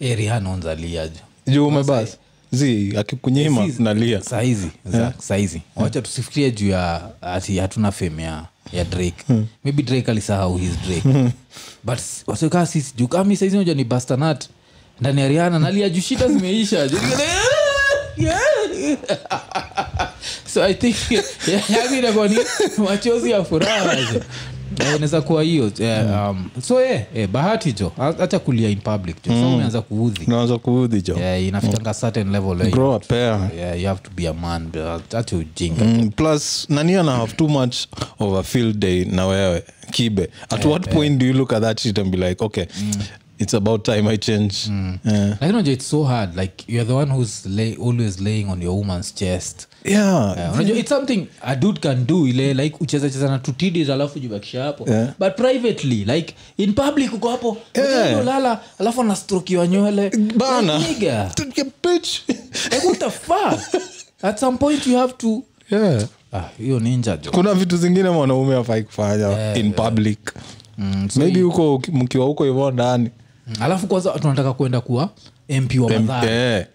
S1: erihanonzalia jo
S2: juu umebas zi akikunyima
S1: Sisi-
S2: nalia
S1: sahizi yeah. sahizi wacha tusifikirie juu ya ati hatuna fame ya, ya drake maybe drake alisahau his drake but wasekaa sisi juu kami saizi naja ni bastanat ndani ya riana nalia juu shida zimeisha Juu- so i think yangu inakuwa ni machozi ya furaha jo. Eh, inaweza kuwa hiyo eh, um, so eh, eh, bahati jo hacha kulia in public jo mm. umeanza kuudhi
S2: unaanza kuudhi jo
S1: yeah, inafikanga certain level eh. where you
S2: grow a pair
S1: yeah, you have to be a man hata ujinga
S2: Mm, plus nani ana have too much of a field day na wewe kibe at what point do you look at that shit and be like okay
S1: Mm.
S2: it's about time i change Eh.
S1: like, unajua it's so hard like you're the one who's lay, always laying on your woman's chest
S2: yeah,
S1: Yeah, unajua it's something a dude can do ile like uchezacheza na tutidis alafu jibakisha hapo
S2: Yeah.
S1: but privately like in public uko hapo
S2: Yeah.
S1: lala alafu anastrokiwa nywele
S2: bana
S1: Like, nigga,
S2: bitch
S1: like, what the fuck at some point you have to
S2: yeah
S1: ah, hiyo ninja jo
S2: kuna vitu zingine mwanaume afai kufanya in public
S1: mm, so
S2: maybe huko uki- mkiwa huko hivyo ndani
S1: Mm. alafu kwanza tunataka kuenda kuwa mp wa
S2: Em-
S1: madhara
S2: eh.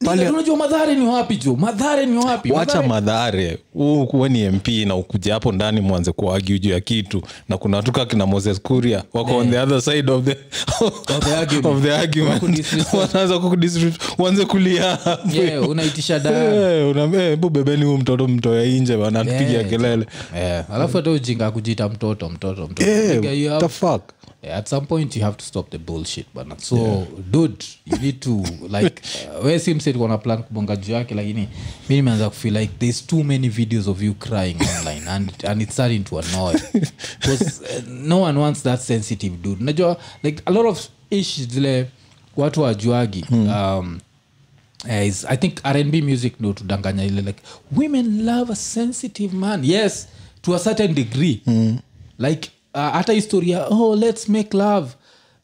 S1: Nigga, unajua madhare ni wapi jo madhare ni wapi
S2: wacha
S1: Madhare-
S2: madhare Wewe ukuwe ni mp na ukuje hapo ndani mwanze kuagi juu ya kitu na kuna watu kaa kina moses kuria wako on the other side of the,
S1: Eh. the argument.
S2: of the argument.
S1: Kudisrespect.
S2: wanaanza kukudisrespect, uanze kulia hapo.
S1: Yeah, unaitisha daa
S2: Eh, unaambia, eh, hebu bebeni huyu mtoto mtoe nje bana tupigia
S1: Yeah.
S2: kelele
S1: yeah. alafu hata ujinga kujiita mtoto mtoto mtoto
S2: Eh,
S1: Nigga, you have-
S2: the fuck?
S1: Yeah, at some point you have to stop the bullshit bana so dude you need to like uh, we simsetuko na plan kubonga juu yake lakini mi nimeanza kufeel like there's too many videos of you crying online and, and it's starting to annoy because uh, no one wants that sensitive dude unajua like a lot of ish zile watu wajuagi um, Eh, is, i think rnb music ndo tudanganya ile like women love a sensitive man yes to a certain degree like uh, hata historia oh let's make love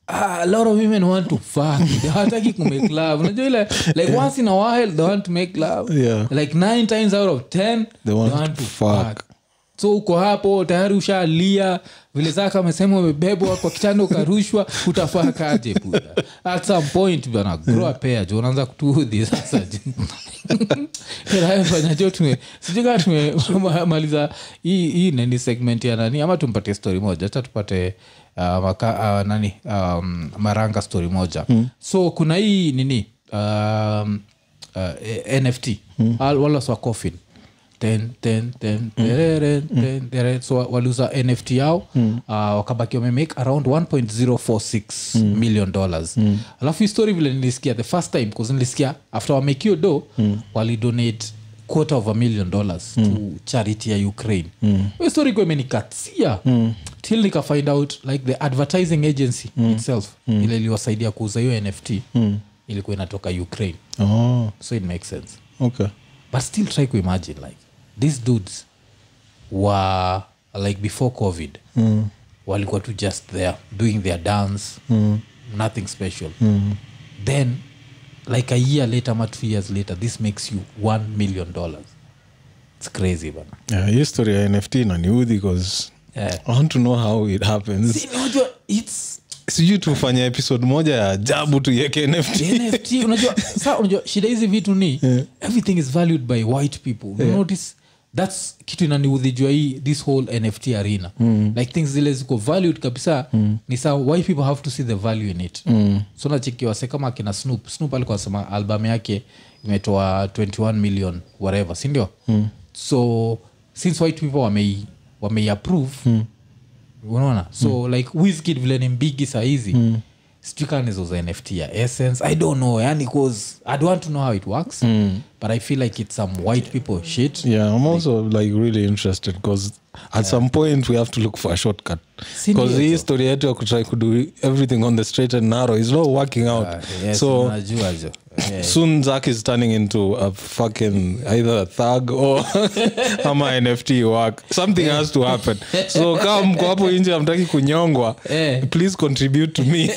S1: Ah, a lot of women want to fuck They hawataki kumake love unajua ile like once in a while they want to make love
S2: Yeah.
S1: like nine times out of ten
S2: They want to fuck.
S1: so uko hapo tayari ushalia vile zaka amesema umebebwa kwa kitanda ukarushwa utafakaje buda at some point bana grow a pair jo unaanza kutuudhi sasa rafanyajo tume sijukaa tumemaliza hii hii nani segment ya nani ama tumpatie story moja hata tupate uh, maka, uh, nani um, maranga story moja
S2: Hmm.
S1: so kuna hii nini um, uh, eh, nft
S2: Hmm.
S1: mm. walaswa coffin Ten, ten, ten, terere, ten, terere. so wa- waliuza nft yao uh, wakabaki wamemake around 1.046 million dollars alafu hii story vile nilisikia the first time 'cause nilisikia after wamake hiyo do walidonate quarter of a million dollars to charity ya ukraine hiyo story ikuwa imenikatsia till nika find out like the advertising agency itself ile iliwasaidia kuuza hiyo nft ilikuwa inatoka ukraine
S2: Oh,
S1: so it makes sense
S2: okay.
S1: but still try to imagine like these dudes were like before covid walikuwa tu just there doing their dance mm. nothing special mm. then like a year later ama two years later this makes you one million dollars it's crazy bana
S2: yeah, hii story ya nft naniudhi bcause
S1: Yeah.
S2: i want to know how it happens
S1: See, unajua, it's
S2: sijui tufanya episode moja ya ajabu tuiweke nft
S1: nft unajua sa unajua shida hizi vitu ni everything is valued by white people You notice thats kitu inaniudhijua hii this whole nft arena like things zile ziko valued kabisa ni saa white people have to see the value in it so nachikiwase kama akina snoop snoop alikuwa anasema albamu yake imetoa 21 million whatever sindio so since white people wamei wameiapprove unaona so like wizkid vile ni mbigi sahizi mm. stikanizo za nft ya essence i don't know yani cause i'd want to know how it works mm. but i feel like it's some white people shit
S2: yeah i'm also like really interested because at some point we have to look for a shortcut
S1: Si
S2: because
S1: ndio,
S2: hii
S1: so.
S2: story yetu ya kutry kudo everything on the straight and narrow is not working out
S1: Ah, yes,
S2: so
S1: unajua jo yeah.
S2: soon zak is turning into a fucking either a thug or ama nft work something has to happen so kaa mko hapo nje amtaki kunyongwa
S1: Eh.
S2: please contribute to me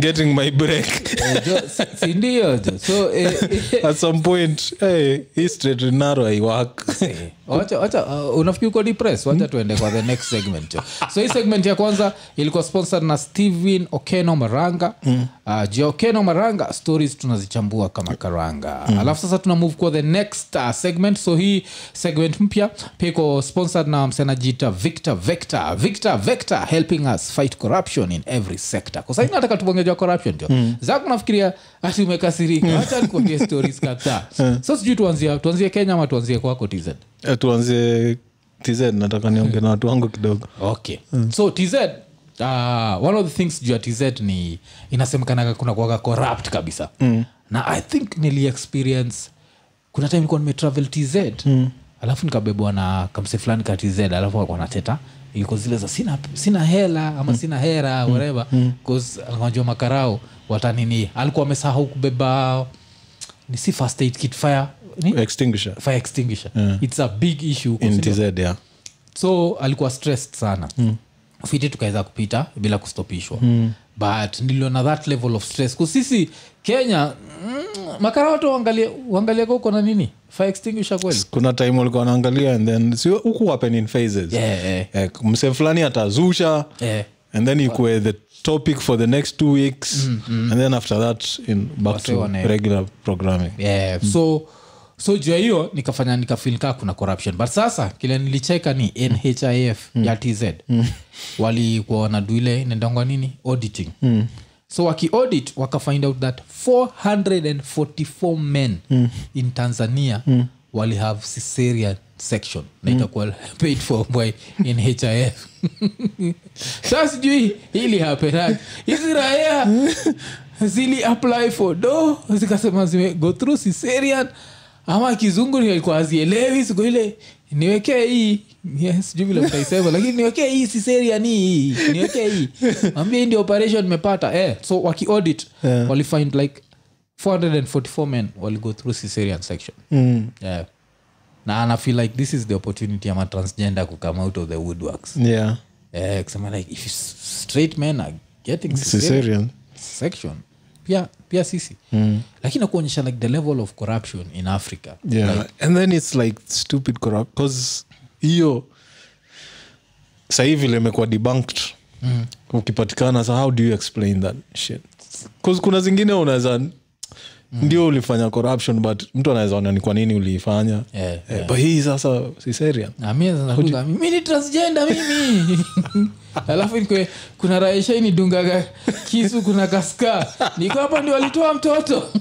S2: getting my break
S1: Eh, jo, si- si ndio jo so eh, eh,
S2: at some point hey, hii straight and narrow haiwork
S1: eh, wacha- wacha, uh, unafikiri uko depress wacha tuende kwa the next segment jo. so hii segment ya kwanza ilikuwa sponsored na steven okeno maranga mm. uh, juu ya okeno maranga stories tunazichambua kama karanga mm. alafu sasa tuna move kwa the next uh, segment so hii segment mpya pia iko sponsored na msenajiita victor vector victor vector helping us fight corruption in every sector kwa sababu nataka tubongejwa corruption jo mm. zako nafikiria ati umekasirika wacha nikuambie stories kadhaa so sijui tuanzie tuanzie kenya ama tuanzie kwako tz
S2: Eh, tuanzie tz nataka nionge na watu wangu kidogo
S1: okay Mm. so tz uh, one of the things juu ya tz ni inasemekanaga kuna kuaga corrupt kabisa mm. na i think nili experience kuna time ilikuwa nimetravel tz mm. alafu nikabebwa na kamse fulani ka tz alafu alikuwa nateta iko zile za sina, sina hela ama mm. sina hera whatever mm. anajua makarao watanini alikuwa amesahau kubeba ni si first aid kit fire ni?
S2: extinguisher
S1: fire extinguisher it's a big issue huko,
S2: in
S1: si ndio?
S2: tz yeah
S1: so alikuwa stressed sana mm. fiti tukaweza kupita bila kustopishwa mm. but niliona that level of stress ku sisi kenya mm, makara watu waangalie- waangaliaka huko na nini fire extinguisher kweli
S2: kuna time walikuwa wanaangalia and then si huku happen in phases
S1: Yeah, yeah.
S2: Eh, mse fulani atazusha
S1: Yeah.
S2: and then ikue the topic for the next two weeks
S1: Mm,
S2: and then after that in back
S1: Wase
S2: to
S1: wana-
S2: regular programming
S1: yeah. so so juu ya hiyo nikafanya nikafilkaa kuna corruption but sasa kile nilicheka ni nhif mm. ya tz mm. walikuwa wanadu ile nendangwa nini auditing mm. so wakiaudit wakafind out that 444 men mm. in tanzania mm. walihave cesarean section na itakuwa paid for by nhif saa sijui hili hapenaje hizi raya zili apply for do zikasema zime go through cesarean ama kizungu ni alikuwa azielewi siku ile niwekee hii Yes, sijui vile mtaisema lakini niwekee hii cesarean hii hii, niwekee hii ambia hii ndio operation nimepata eh, so waki audit yeah. walifind like 444 men waligo through cesarean section mm. yeah. na ana feel like this is the opportunity ama transgender kukame out of the woodworks
S2: yeah
S1: Eh, kusema like if you s- straight men are getting cesarean
S2: Cesarean.
S1: section pia pia sisi lakini nakuonyesha like the level of corruption in africa
S2: yeah and then it's like stupid corrupt because hiyo sahii vile imekuwa debunked ukipatikana sa how do you explain that shit 'Cause kuna zingine unaweza ndio ulifanya corruption but mtu anaweza ona ni kwa nini uliifanya
S1: Yeah,
S2: Eh, but hii sasa siserian
S1: Na mimi sasa nakuja, mimi ni transgender mimi alafu nikwe, kuna raisha inidungaga kisu kuna kaska niko hapa ndio walitoa mtoto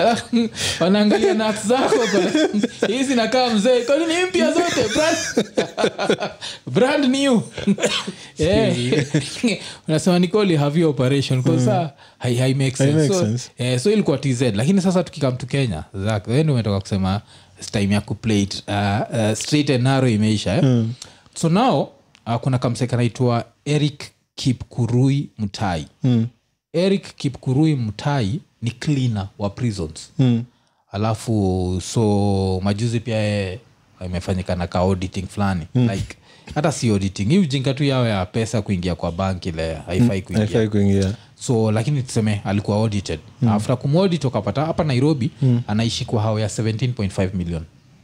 S1: alafu wanaangalia nat zako pale. hii zinakaa mzee kwani ni mpya zote brand, brand new Eh. unasema nikoli have your operation kwa saa hai, hai make sense.
S2: Hmm. make
S1: So,
S2: sense.
S1: eh, so ilikuwa tz lakini sasa tukikam tu kenya Zak, wewe ndio umetoka kusema time ya kuplate uh, uh, straight and narrow imeisha eh? mm. so now uh, kuna kamseka naitwa eric kipkurui mtai mm. eric kipkurui mtai ni cleaner wa prisons mm. alafu so majuzi pia eh, imefanyikana ka auditing fulani mm. like hata si auditing hii ujinga tu yao ya pesa kuingia kwa bank ile haifai kuingia
S2: haifai kuingia
S1: so lakini tuseme alikuwa audited mm. after kumaudit wakapata hapa nairobi mm. anaishi kwa hao ya 17.5 million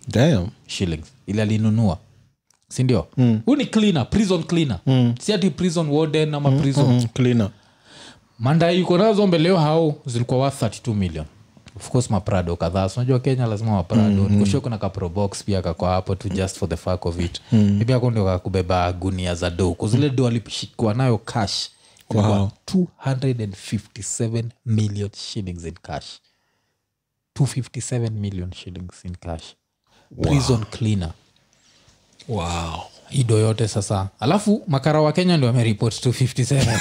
S2: Damn.
S1: shillings ile alinunua sindio mm. huu ni cleaner prison cleaner mm. si ati prison warden ama mm. prison
S2: Mm, cleaner
S1: mandai yuko nazo mbeleo hao zilikuwa worth 32 million of course maprado kadhaa sinajua kenya lazima maprado mm-hmm. kuna kaprobox pia kakwa hapo tu just for the fuck of it mm-hmm. pia ako ndio kakubeba gunia za do kuzile do alishikwa nayo cash ilikuwa
S2: Wow.
S1: 257 million shillings in cash 257 million shillings in cash prison cleaner
S2: wow.
S1: ido yote sasa alafu makara wa kenya ndio ameripot 257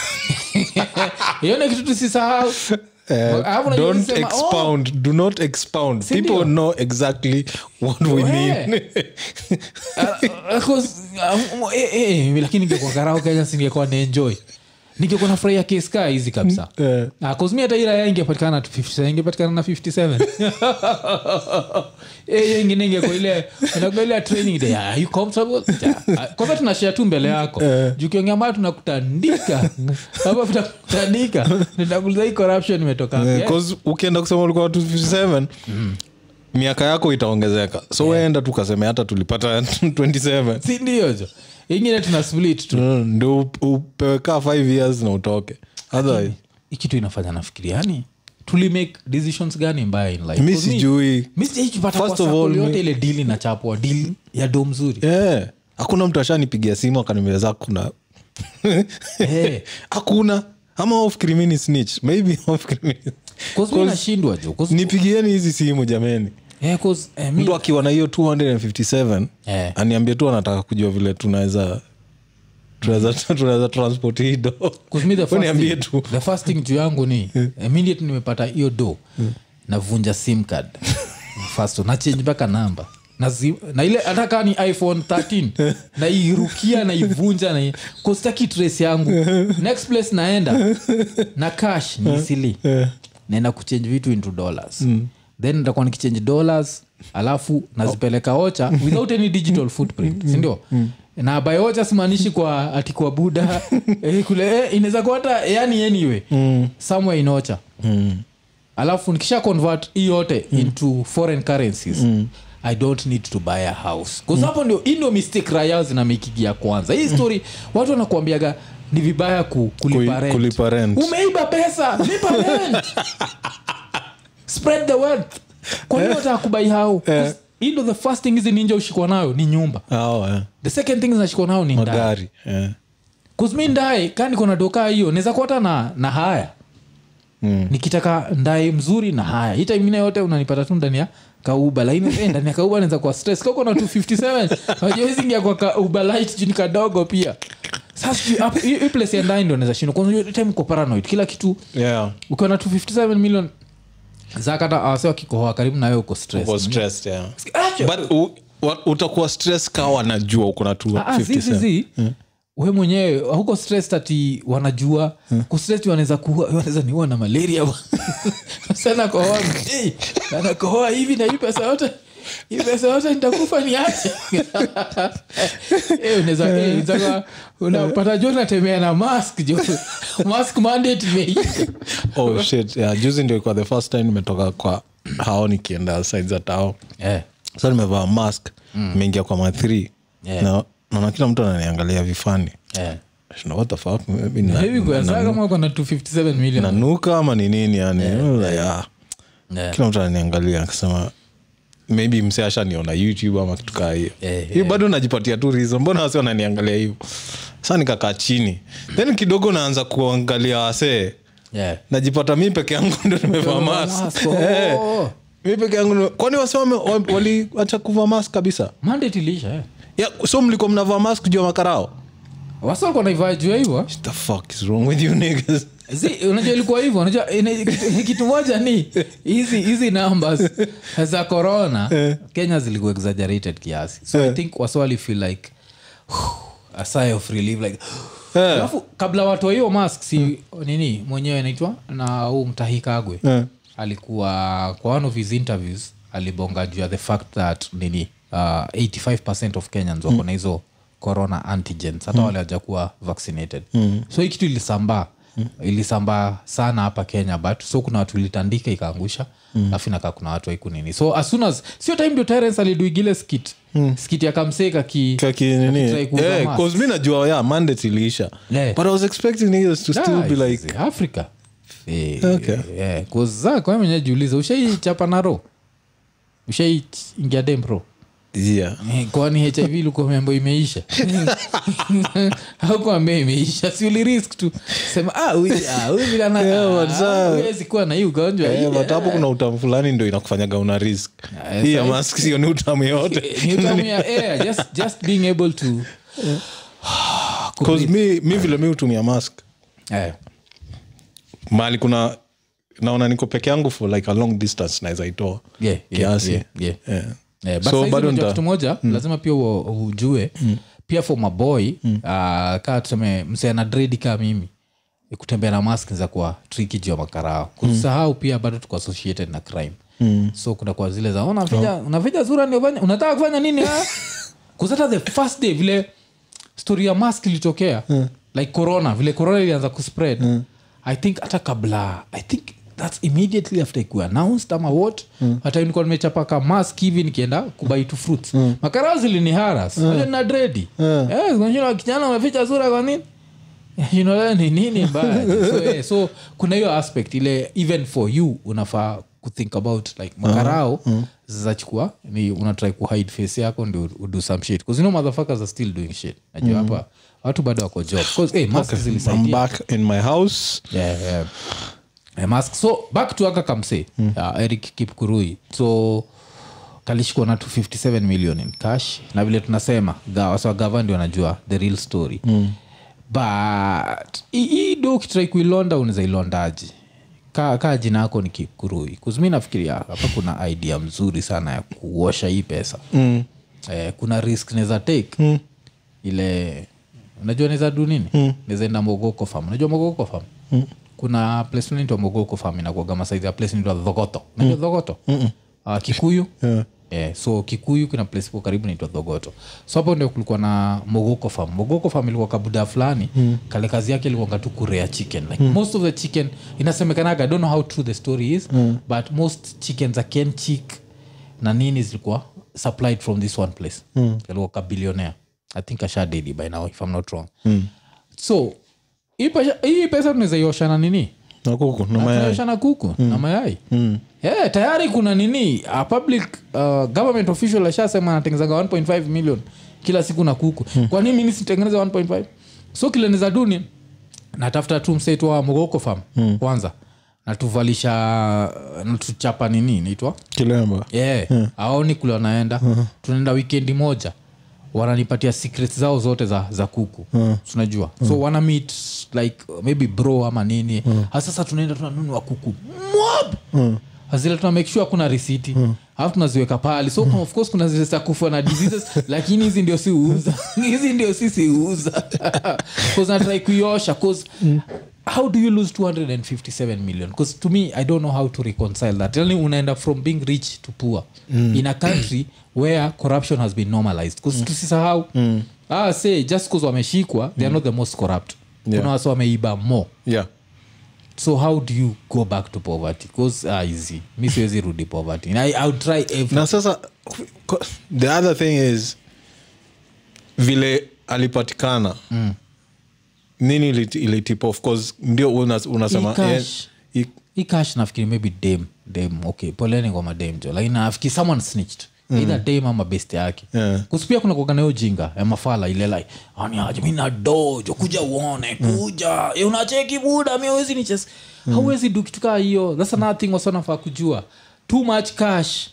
S1: hiyo ni kitu tusisahau Alafu unajua
S2: don't
S1: kusema, "Oh,
S2: expound do not expound people
S1: ndio?
S2: know exactly what we
S1: Eh.
S2: mean
S1: ah, of course, ah, mo- eh, eh, eh, lakini ingekuwa karao kenya singekuwa naenjoy ningekuwa na furahia kesi kaa hizi kabisa
S2: Eh.
S1: Ah, 'cause mi hata iraya ingepatikana tu 57 ingepatikana na 57 Eh, hiyo ingine ingekuwa ile inakuwa ile ya training day "Are you comfortable?" Ja, ah, kwanza tunashare tu mbele yako juu kiongea mbaya tunakutandika hapa tutakutandika nitakuuliza hii corruption imetoka wapi, eh?
S2: bcause ukienda kusema ulikuwa 257
S1: Mm-hmm.
S2: miaka yako itaongezeka so weenda tu kaseme hata tulipata 27
S1: si ndio jo ingine tuna split tu
S2: Mm, ndio up- upewe kaa 5 years na utoke otherwise
S1: hii kitu inafanya nafikiri yaani, yani tulimake decisions gani mbaya in life
S2: mi
S1: Cause me-
S2: sijui
S1: mi sijaijipata
S2: First
S1: kwa
S2: of
S1: circle
S2: all,
S1: yote
S2: mi-
S1: ile dili nachapwa dili ya do mzuri
S2: Eh, hakuna mtu ashanipigia simu akanieleza kuna
S1: Eh,
S2: hakuna ama ofikiri mi ni snitch maybe ofikiri mi-
S1: cause mi nashindwa jo Cause-
S2: nipigieni hizi simu jameni
S1: eh, cause, eh, mi-
S2: mtu akiwa na hiyo 257
S1: Eh.
S2: aniambie tu anataka kujua vile tunaweza tunaweza tunaweza transport hii do
S1: cause mi the first
S2: Wewe niambie
S1: thing-
S2: tu
S1: the first thing juu yangu ni immediate nimepata hiyo do navunja sim card first nachange mpaka namba na, zi, na ile hata kaa ni iphone 13 nairukia naivunja na kostaki trace yangu next place naenda na cash ni sili naenda kuchange vitu into dollars
S2: Mm.
S1: then nitakuwa nikichange dollars alafu nazipeleka ocha without any digital footprint sindio
S2: Mm.
S1: na by ocha simaanishi kwa ati kwa buda eh, kule eh, inaweza kuwa hata yani anyway
S2: Mm.
S1: somewhere in ocha alafu nikisha convert hii yote mm. into foreign currencies mm. i don't need to buy a house bcause hapo ndio hii ndio mistake raya zinameikigia kwanza
S2: Mm.
S1: hii story watu wanakuambiaga ni vibaya ku, kulipa,
S2: Kui-
S1: rent.
S2: kulipa rent.
S1: umeiba pesa lipa rent spread the wealth kwa nini wataka kubai hao 'Cause hii ndo the first thing hizi ninja ushikwa nayo ni nyumba
S2: Hao, eh,
S1: the second thing zinashikwa nayo ni ndai
S2: magari eh.
S1: kusmi ndae kaa niko na dokaa hiyo naweza kuata na, na haya mm. nikitaka ndae mzuri na haya hii time ingine yote unanipata tu ndani ya kauba lakini eh, ndani ya kauba naweza kuwa stress kako na 257 wajewezingia kwa kauba light juu ni kadogo pia sasa place ya ndani ndo naweza shindwa kwanza hiyo time uko paranoid kila kitu
S2: yeah.
S1: ukiwa na 257 million zakata awase wakikohoa karibu nawe uko stress
S2: Uko stressed, yeah.
S1: Acha.
S2: But u- wa- utakuwa stress kaa wanajua uko na
S1: Ah, zi, zi,
S2: 257
S1: zi. we mwenyewe huko stressed ati wanajua kustresti wanaweza kuwa wanaweza niua na malaria sana kohoa mzee anakohoa hivi na hii pesa yote hii pesa yote nitakufa ni ache Eh, unaweza- eh, unaweza kuwa- unapata jo natembea na mask jo mask mandate imeisha
S2: oh, shit, yeah. juzi ndio ilikuwa the first time nimetoka kwa hao nikienda side za tao
S1: Eh,
S2: sa nimevaa mask nimeingia kwa ma th
S1: Mm. Yeah.
S2: na naona kila mtu ananiangalia vifani
S1: eh.
S2: Shina, what the fuck, mimi na-
S1: hivi kwa saa kama uko na 257 million
S2: nanuka ama ni nini yani Like, ah.
S1: Eh.
S2: kila mtu ananiangalia akasema maybe mse ashaniona youtube ama kitu kaa hiyo
S1: Eh,
S2: Hii bado najipatia tu reason mbona wasi wananiangalia hivyo saa nikakaa chini then kidogo naanza kuangalia wasee
S1: Eh.
S2: najipata mi peke yangu ndo nimevaa mask
S1: Oh.
S2: Eh, mi peke yangu nime- kwani wasi waliacha kuvaa mask kabisa
S1: mandate iliisha eh.
S2: ya, so mlikuwa mnavaa mask jua makarao
S1: Wasa walikuwa wanaivaa juu
S2: eh,
S1: ya hivyo
S2: the fuck is wrong with you niggas
S1: Zi, unajua ilikuwa hivyo unajua ina- kitu- kitu moja ni hizi hizi numbers za corona
S2: Eh.
S1: kenya zilikuwa exaggerated kiasi so i think waswali feel like a sigh of relief like
S2: Eh.
S1: alafu kabla watu wa hiyo mask si nini mwenyewe anaitwa na huu mtahi kagwe
S2: Eh.
S1: alikuwa kwa one of his interviews alibonga juu ya the fact that nini uh, 85 of kenyans wako na hizo corona antigens hata mm. wale wajakuwa vaccinated mm. so hii kitu ilisambaa mm. ilisambaa sana hapa kenya but so kuna watu ilitandika ikaangusha alafu mm. inakaa kuna watu waikunini so as soon as sio time ndio terence aliduigile skit mm. skit ya kamsee kaki Kakitry kuuza mask.
S2: kakinini Eh, mi najua ya mandate iliisha
S1: Yeah.
S2: but i was expecting niggas to still be like
S1: africa Eh,
S2: Okay.
S1: kuzakwenyejiuliza ushaichapa naro ushaiingia dembro
S2: yeah
S1: Eh, kwani hiv ilikuwa mambo imeisha aukwambia imeisha si ulirisk tu sema ah, huyu- ah, huyu vile ana-
S2: Yeah, but
S1: ah,
S2: sasa-
S1: huwezi kuwa na hii ugonjwa hii,
S2: Eh, but hapo kuna utamu fulani ndio inakufanyaga una risk hii ya mask sio ni utamu
S1: eh,
S2: yote
S1: ni utamu ya air, just- just being able to
S2: Cause mi, mi vile mi hutumia mask
S1: Eh,
S2: mali kuna naona niko peke yangu for like a long distance naweza itoa
S1: yeah, yeah,
S2: kiasi
S1: yeah, yeah.
S2: Yeah.
S1: Eh, but
S2: So,
S1: saizi
S2: bado Mm.
S1: unajua
S2: nita-
S1: kitu moja lazima pia uo- ujue pia for maboy mm. kaa tuseme msee ana dredi kaa mimi kutembea na mask za kwa triki juu ya makarao
S2: Mm.
S1: kusahau pia bado tuko associated na crime mm. so kuna kwa zile za
S2: Oh.
S1: unaficha zura niofanya unataka kufanya nini kusata the first day vile story ya mask ilitokea like corona vile corona ilianza kuspread i think hata kabla i think thats immediately after iku announced ama what hata nilikuwa nimechapaka mask hivi nikienda kubaitu fruits mm. makarao ziliniharas mm. na dredi yeah. kijana Eh, umeficha zura kwa nini You know, eh, ni nini mbaya so, eh, so kuna hiyo aspect ile even for you unafaa kuthink about like makarao zachukua ni unatrai kuhide face yako ndio udo some shit bcause you know motherfuckers are still doing shit najua hapa watu bado wako job bcause hey, mask
S2: I'm
S1: zilisaidia
S2: back in my house
S1: yeah, yeah. Eh, mask so back to aka kamse uh, eric kipkurui so kalishikwa na 257 million in cash na vile tunasema gawasawagava ndio anajua the real story mm. but hi- hii do ukitrai kuilonda unaweza ilondaji kaa ka jina yako ni kipkurui kuzumi nafikiria hapa kuna idea mzuri sana ya kuosha hii pesa mm. eh, kuna risk naweza take mm. ile unajua naweza du nini mm. nawezaenda mogoko fam unajua mogoko fam mm. kuna place naitwa mogoko fam inakuaga masaizi ya place naitwa dhogoto unajua dhogoto uh, kikuyu yeah. Yeah, so kikuyu kuna place iko karibu naitwa dhogoto so hapo ndio kulikuwa na mogoko fam mogoko fam ilikuwa kabuda fulani mm. kale kazi yake ilikuwa tu kurea chicken like mm. most of the chicken inasemekanaga i don't know how true the story is mm. but most chickens are ken chick na nini zilikuwa supplied from this one place mm. alikuwa kabilionea i think ashadedi by now if i'm not wrong mm. so hii pesha- hii pesa tunaweza ioshana nini
S2: na kuku na mayai
S1: tunaoshana kuku na mayai mm. yeah, tayari kuna nini a public uh, government official ashasema anatengenezaga 1.5 million kila siku na kuku mm. kwa nini mi nisitengeneze 1.5 so kileneza duni natafuta tu msetu wa mogoko farm mm. kwanza natuvalisha uh, natuchapa nini naitwa
S2: kilemba
S1: yeah. aoni kule wanaenda tunaenda wikendi moja wananipatia secret zao zote za, za kuku tunajua so wana meet like maybe bro ama nini Ha, sasa tunaenda tunanunua kuku mwab Ha, zile tuna make sure kuna risiti alafu tunaziweka pale so of course kuna zile za kufa na diseases lakini hizi ndio si huuza hizi ndio sisi huuza natrai kuiosha 'cause how do you lose 257 million because to me i don't know how to reconcile that yani unaenda from being rich to poor mm. in a country where corruption has been normalized because mm. tusisahau mm. ah, say just because wameshikwa they are not the most corrupt
S2: Yeah.
S1: kuna wase wameiba more
S2: yeah
S1: so how do you go back to poverty because ah, easy mi siwezi rudi poverty I, i'll try every
S2: na sasa ko- the other thing is vile alipatikana mm. nini ili- ilitip off cause ndio una- unasema
S1: Hii cash.
S2: yeah, hii-
S1: hii cash nafikiri maybe dam dam okay poleni kwa madam jo lakini nafikiri someone snitched mm. either dam ama best yake
S2: Yeah.
S1: kuspia kuna kuganao jinga ya mafala ile like "Ani aje, mi na dojo kuja uone
S2: Mm.
S1: kuja Eh, unacheki buda mi awezi niches hauwezi du kitu kaa hiyo thats another thing wasanafaa kujua too much cash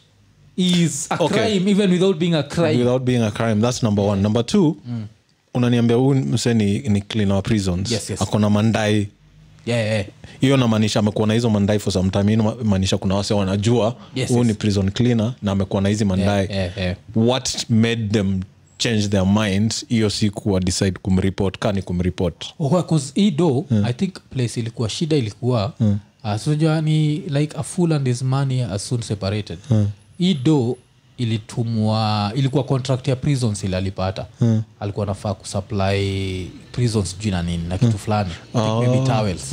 S1: is a
S2: Okay.
S1: crime even without being a crime
S2: without being a crime that's number one number two
S1: Mm.
S2: unaniambia huyu mse ni, ni clean our prisons
S1: Yes, yes.
S2: akona mandai
S1: yeah, yeah.
S2: hiyo namaanisha amekuwa na hizo mandai for some time inamaanisha kuna wase wanajua huu
S1: Yes,
S2: ni
S1: yes.
S2: prison cleaner na amekuwa na hizi mandai
S1: yeah, yeah.
S2: what made them change their minds hiyo siku wa decide kumreport ka ni kumreport
S1: hido i think place ilikuwa shida ilikuwa mm. Hmm. uh, so unajua ni like a fool and his money are soon separated mm. do ilitumwa ilikuwa contract ya prisons ile alipata hmm. alikuwa anafaa kusupply prisons juu na nini na kitu fulani I think maybe towels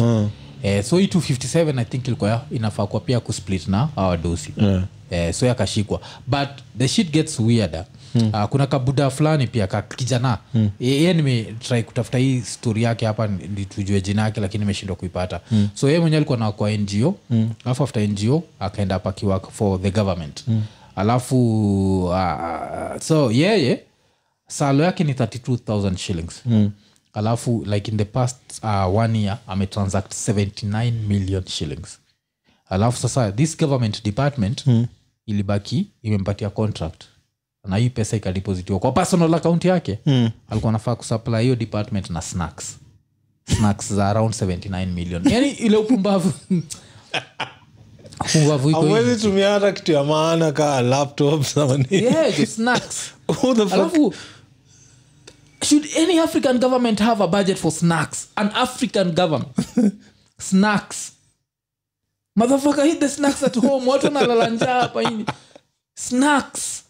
S1: eh, so hii 257 i think ilikuwa ya- inafaa kuwa pia kusplit na awa dosi yeah. eh, so yakashikwa but the shit gets weirder Hmm. Uh, kuna kabuda fulani pia kakijana hmm. ye nimetrai kutafuta hii stori yake hapa ndi- tujue jina yake lakini imeshindwa kuipata hmm. so ye mwenyewe alikuwa na kwa ngo hmm. alafu after ngo akaenda hapa akiwork for the government hmm. alafu uh, so yeye salo yake ni 32000 shillings mm. alafu like in the past uh, one year ametransact 79 million shillings alafu sasa this government department mm. ilibaki imempatia contract na hii pesa ikadipozitiwa kwa personal account yake mm. alikuwa anafaa kusupply hiyo department na snacks snacks za around 79 million yani ile upumbavu upumbavu iko hivi.
S2: awezi tumia hata kitu ya maana kaa laptop ama nini.
S1: Mm. yeah, jo, snacks
S2: Who the fuck-
S1: alafu should any african government have a budget for snacks an african government snacks motherfucker hit the snacks at home watu wanalala njaa hapa ini snacks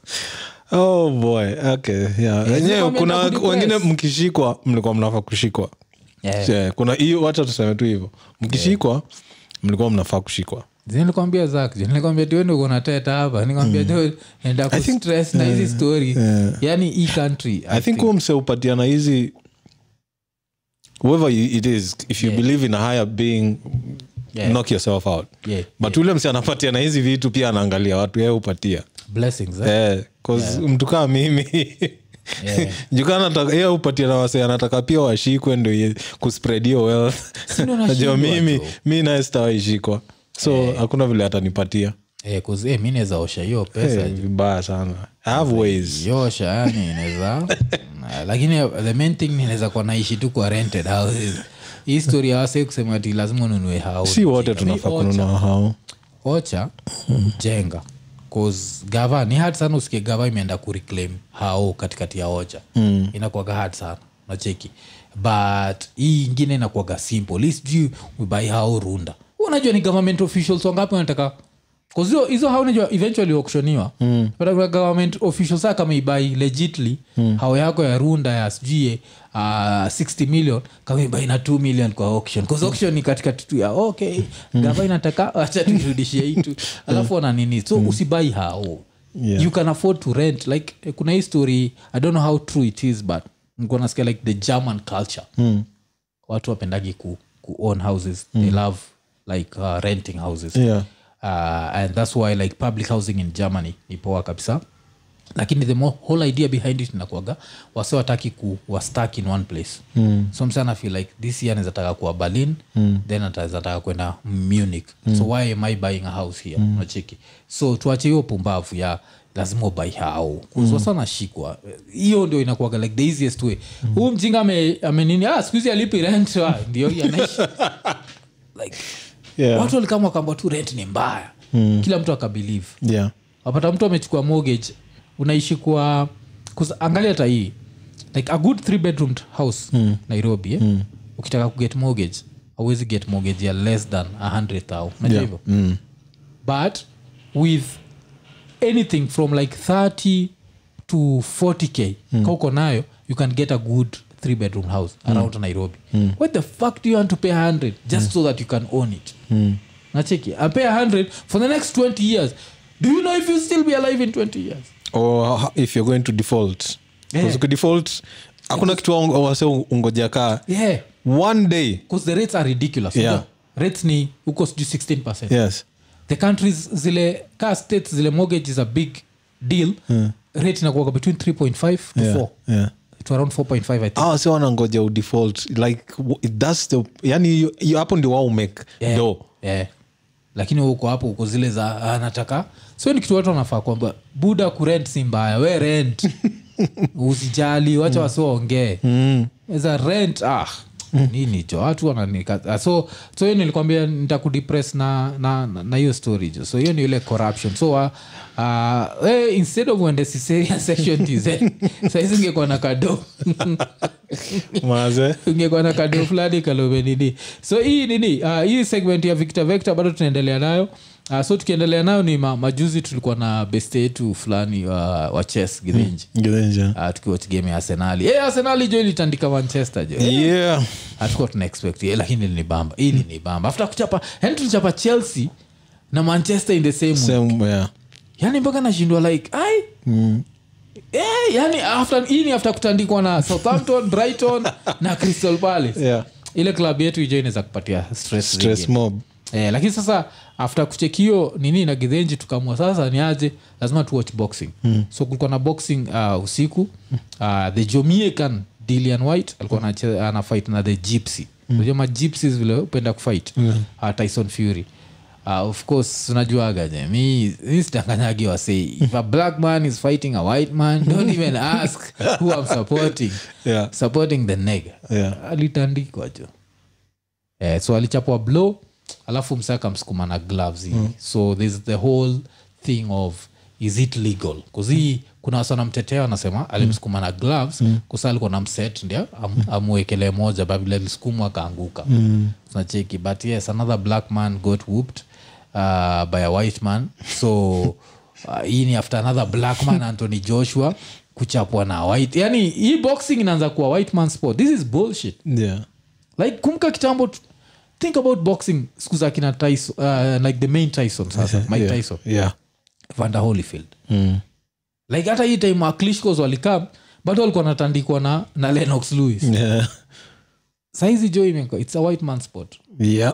S2: oh boy okay yeah. Wenyewe
S1: nilikuwa
S2: kuna
S1: nimeenda kudepress.
S2: wengine mkishikwa mlikuwa mnafaa kushikwa
S1: Yeah.
S2: yeah. kuna hiyo wacha tuseme tu hivyo mkishikwa mlikuwa mnafaa kushikwa
S1: nilikwambia zak nilikwambia tuende kunateta hapa nilikwambia jo enda
S2: I think-
S1: kustress na hizi story yani hii country
S2: i think huo mse upatiana hizi whoever you- it is if you
S1: Yeah.
S2: believe in a higher being
S1: Yeah.
S2: knock yourself out
S1: Yeah,
S2: but ule mse anapatiana hizi vitu pia anaangalia watu yeye hupatia
S1: blessings eh?
S2: Eh, 'cause mtu kaa mimi
S1: Yeah.
S2: jukaye upatia na wase anataka pia washikwe ndo ye- kuspread hiyo wealth
S1: Si ndo anashindwa
S2: najua mimi
S1: tu.
S2: mi naye sitawaishikwa so hakuna vile atanipatia
S1: Eh, 'cause, eh, mi naweza osha hiyo pesa
S2: Eh, vibaya sana I have ways
S1: yosha yani inaweza Na, lakini uh, the main thing inaweza kuwa naishi tu kwa rented houses hii story ya wasee kusema ati lazima ununue house.
S2: si wote
S1: Chika,
S2: tunafaa
S1: mi ocha-
S2: kununua hao
S1: ocha jenga cause gava ni hard sana usikie gava imeenda kureclaim hao katikati ya ocha
S2: Hmm.
S1: mm. inakuaga hard sana nacheki but hii ingine inakuaga simple hii sijui ubai hao runda unajua ni government officials wangapi wanataka 'Cause hizo- hizo hao najua eventually auctioniwa mm. government officials saa kama ibai legitly mm. hao yako ya runda ya sijui uh, 60 million kama ibai na 2 million kwa auction Cause auction ni katikati tu ya okay gava inataka acha tuirudishie hitu alafu wana nini so usibai hao
S2: Yeah.
S1: you can afford to rent like eh, kuna hii story i don't know how true it is but nilikuwa nasikia like the german culture mm. watu wapendagi ku, ku own houses mm. they love like uh, renting houses
S2: Yeah.
S1: uh, and that's why like public housing in germany ni poa kabisa lakini the more, whole idea behind it inakuaga wase wataki ku wastak in one place mm. so msana feel like this year anawezataka kuwa berlin mm. then atawezataka kwenda munich mm. so why am i buying a house here mm. nachiki so tuache hiyo pumbavu ya lazima ubai hao kuzwasana shikwa hiyo ndio inakuaga like the easiest way huu mjinga ame- amenini ame ah, sikuhizi alipi rent ah, ndio hii anaishi like
S2: Yeah.
S1: watu walikama wakaambwa tu rent ni mbaya mm. kila mtu akabilive
S2: Yeah.
S1: wapata mtu amechukua mortgage unaishi kwa 'cause angalia hata hii like a good three bedroom house mm. nairobi eh? mm. ukitaka kuget mortgage awezi get mortgage ya less than 100000 unajua
S2: Yeah.
S1: hivyo mm. but with anything from like 30 to 40k
S2: Hmm.
S1: mm. kauko nayo you can get a good three bedroom house around nairobi
S2: Hmm.
S1: mm. what the fuck do you want to pay 100 just so that you can own it
S2: Hmm.
S1: mm. nacheki i pay 100 for the next 20 years do you know if you still be alive in 20 years
S2: or ho- if you're going to default yeah. default hakuna kitu wa- wase ungoja kaa
S1: yeah
S2: one day
S1: because the rates are ridiculous
S2: Yeah.
S1: Unajua, rates ni huko sijui 16
S2: yes
S1: the countries zile ka states zile mortgage is a big deal rate inakuwaga between 3.5 to
S2: Hmm. Yeah,
S1: 4
S2: yeah.
S1: to around 4.5 i think
S2: awa si wanangoja udefault like w- that's the yani hiyo- hiyo hapo ndio wao umake
S1: Yeah.
S2: do
S1: Yeah. Eh. lakini uko hapo uko zile za "Ah, nataka sio ni kitu watu wanafaa kwamba buda kurent si mbaya we rent usijali wacha mm. wasioongee mm. za rent ah nini jo watu wananika ah, so so hiyo nilikwambia nitakudepres na na na- na hiyo story jo so hiyo ni ile corruption so uh, uh, eh, instead of uende Caesarea section tz saizi ingekuwa na kado
S2: maze
S1: ungekuwa na ah, kadio fulani kalobe nini so hii nini uh, hii segment ya victor vector bado tunaendelea nayo uh, so tukiendelea nayo ni ma, majuzi tulikuwa na beste yetu fulani wa, wa chess girinji
S2: Gidenja.
S1: uh, tukiwatch game ya arsenali hey, arsenali jo ilitandika manchester
S2: Mm.
S1: jo
S2: yeah
S1: hatukuwa tuna expect eh, lakini ni bamba ili ni bamba after kuchapa yani tulichapa chelsea na manchester in the same, same.
S2: Same, yeah.
S1: yani Yaani mpaka nashindwa like ai Eh, yani after, hii ni after kutandikwa na southampton brighton na crystal palace
S2: Yeah.
S1: ile klabu yetu ijo inaweza kupatia stress
S2: stress
S1: zingine.
S2: mob
S1: eh, lakini sasa after kuchekio nini na gidhenji tukamua sasa ni aje lazima tuwatch boxing
S2: Hmm.
S1: mm. so kulikuwa na boxing uh, usiku uh, the jamaican dilian white
S2: Hmm.
S1: alikuwa anache- ana fight na the gypsy unajua mm. gypsies vile upenda kufight mm. uh, tyson fury Uh, of course unajuaga je mi mi sidanganyagi wasei if a black man is fighting a white man don't even ask who i'm supporting
S2: yeah
S1: supporting the nega
S2: Yeah.
S1: alitandikwa jo eh, so alichapwa blow alafu msaa akamsukuma na gloves hivi so thereis the whole thing of is it legal kuzii kuna wasana mtetea anasema alimsukuma na gloves mm. kusa alikuwa na mset ndio am, amwekelee moja babila alisukumwa akaanguka mm. tunacheki but yes another black man got whooped uh, by a white man so uh, hii ni after another black man anthony joshua kuchapwa na white yani hii boxing inaanza kuwa white man sport this is bullshit
S2: yeah
S1: like kumka kitambo tu- think about boxing siku za kina tyson uh, like the main tyson sasa mike
S2: yeah.
S1: tyson
S2: yeah
S1: vander holyfield like hata hii time uh, aklishkos walikam bado walikuwa natandikwa na, na lenox lewis
S2: yeah
S1: saizi jo imeka its a white man sport
S2: yeah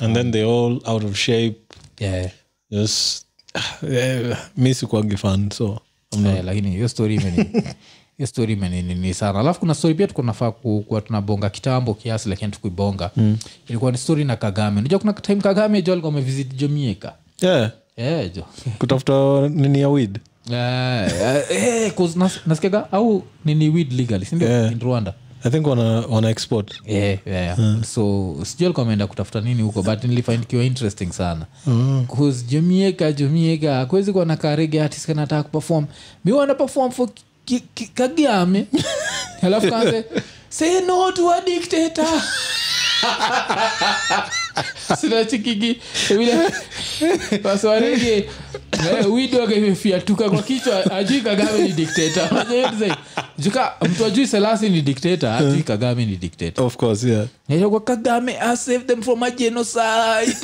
S2: and then they all out of shape
S1: yeah.
S2: just eh, mi sikuagi fan so I'm not-
S1: Eh, lakini hiyo story imeni hiyo story imeninini sana alafu kuna story pia tulikuwa nafaa ku- kuwa tunabonga kitambo kiasi lakini tukuibonga mm. ilikuwa ni story na kagame unajua kuna time kagame jo alikuwa amevisit jamaica
S2: yeah
S1: eh, jo
S2: kutafuta nini ya weed
S1: Eh, eh, eh, 'cause nas- nasikiaga au nini weed legally sindio
S2: Yeah.
S1: in rwanda
S2: i think wana, wana export
S1: yeah, yeah. yeah. so sijui alikuwa ameenda kutafuta nini huko but nilifindikiwa interesting sana bcause jamieka jamieka akuwezi kuwa na karege artist kanataka kuperform mi wana perform for ki- ki- kagame alafu kanze say no to a dictator sinachikiki vile waswarege eh, widwakaimefyatuka kwa kichwa ajui kagame ni dikteta juka mtu ajui selasi ni dikteta ajui kagame ni dikteta
S2: of course yeah
S1: kwa kagame has saved them from a genocide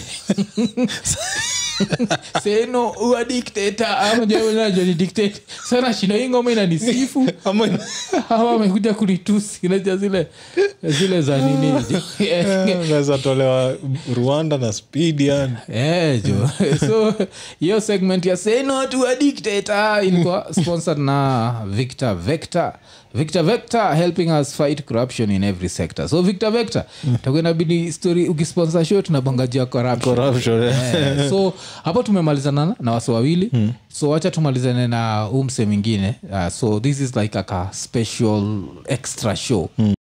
S1: seno uwa dikteta amajanajo ni dikteta sana shino hii ngoma inanisifu
S2: ama
S1: ama amekuja kunitusi naja zile zile za nini
S2: Eh. naweza tolewa rwanda na speed yani
S1: Eh, jo so hiyo segment ya say no to a dictator ilikuwa sponsored na victor vector victor vector helping us fight corruption in every sector so victor vector itakuwa inabidi story ukisponsor show tunabonga juu ya corruption
S2: corruption yeah.
S1: Eh, so hapo tumemalizana na- na wasi wawili mm. so wacha tumalizane Ah, na umse mwingine uh, so this is like aka special extra show mm.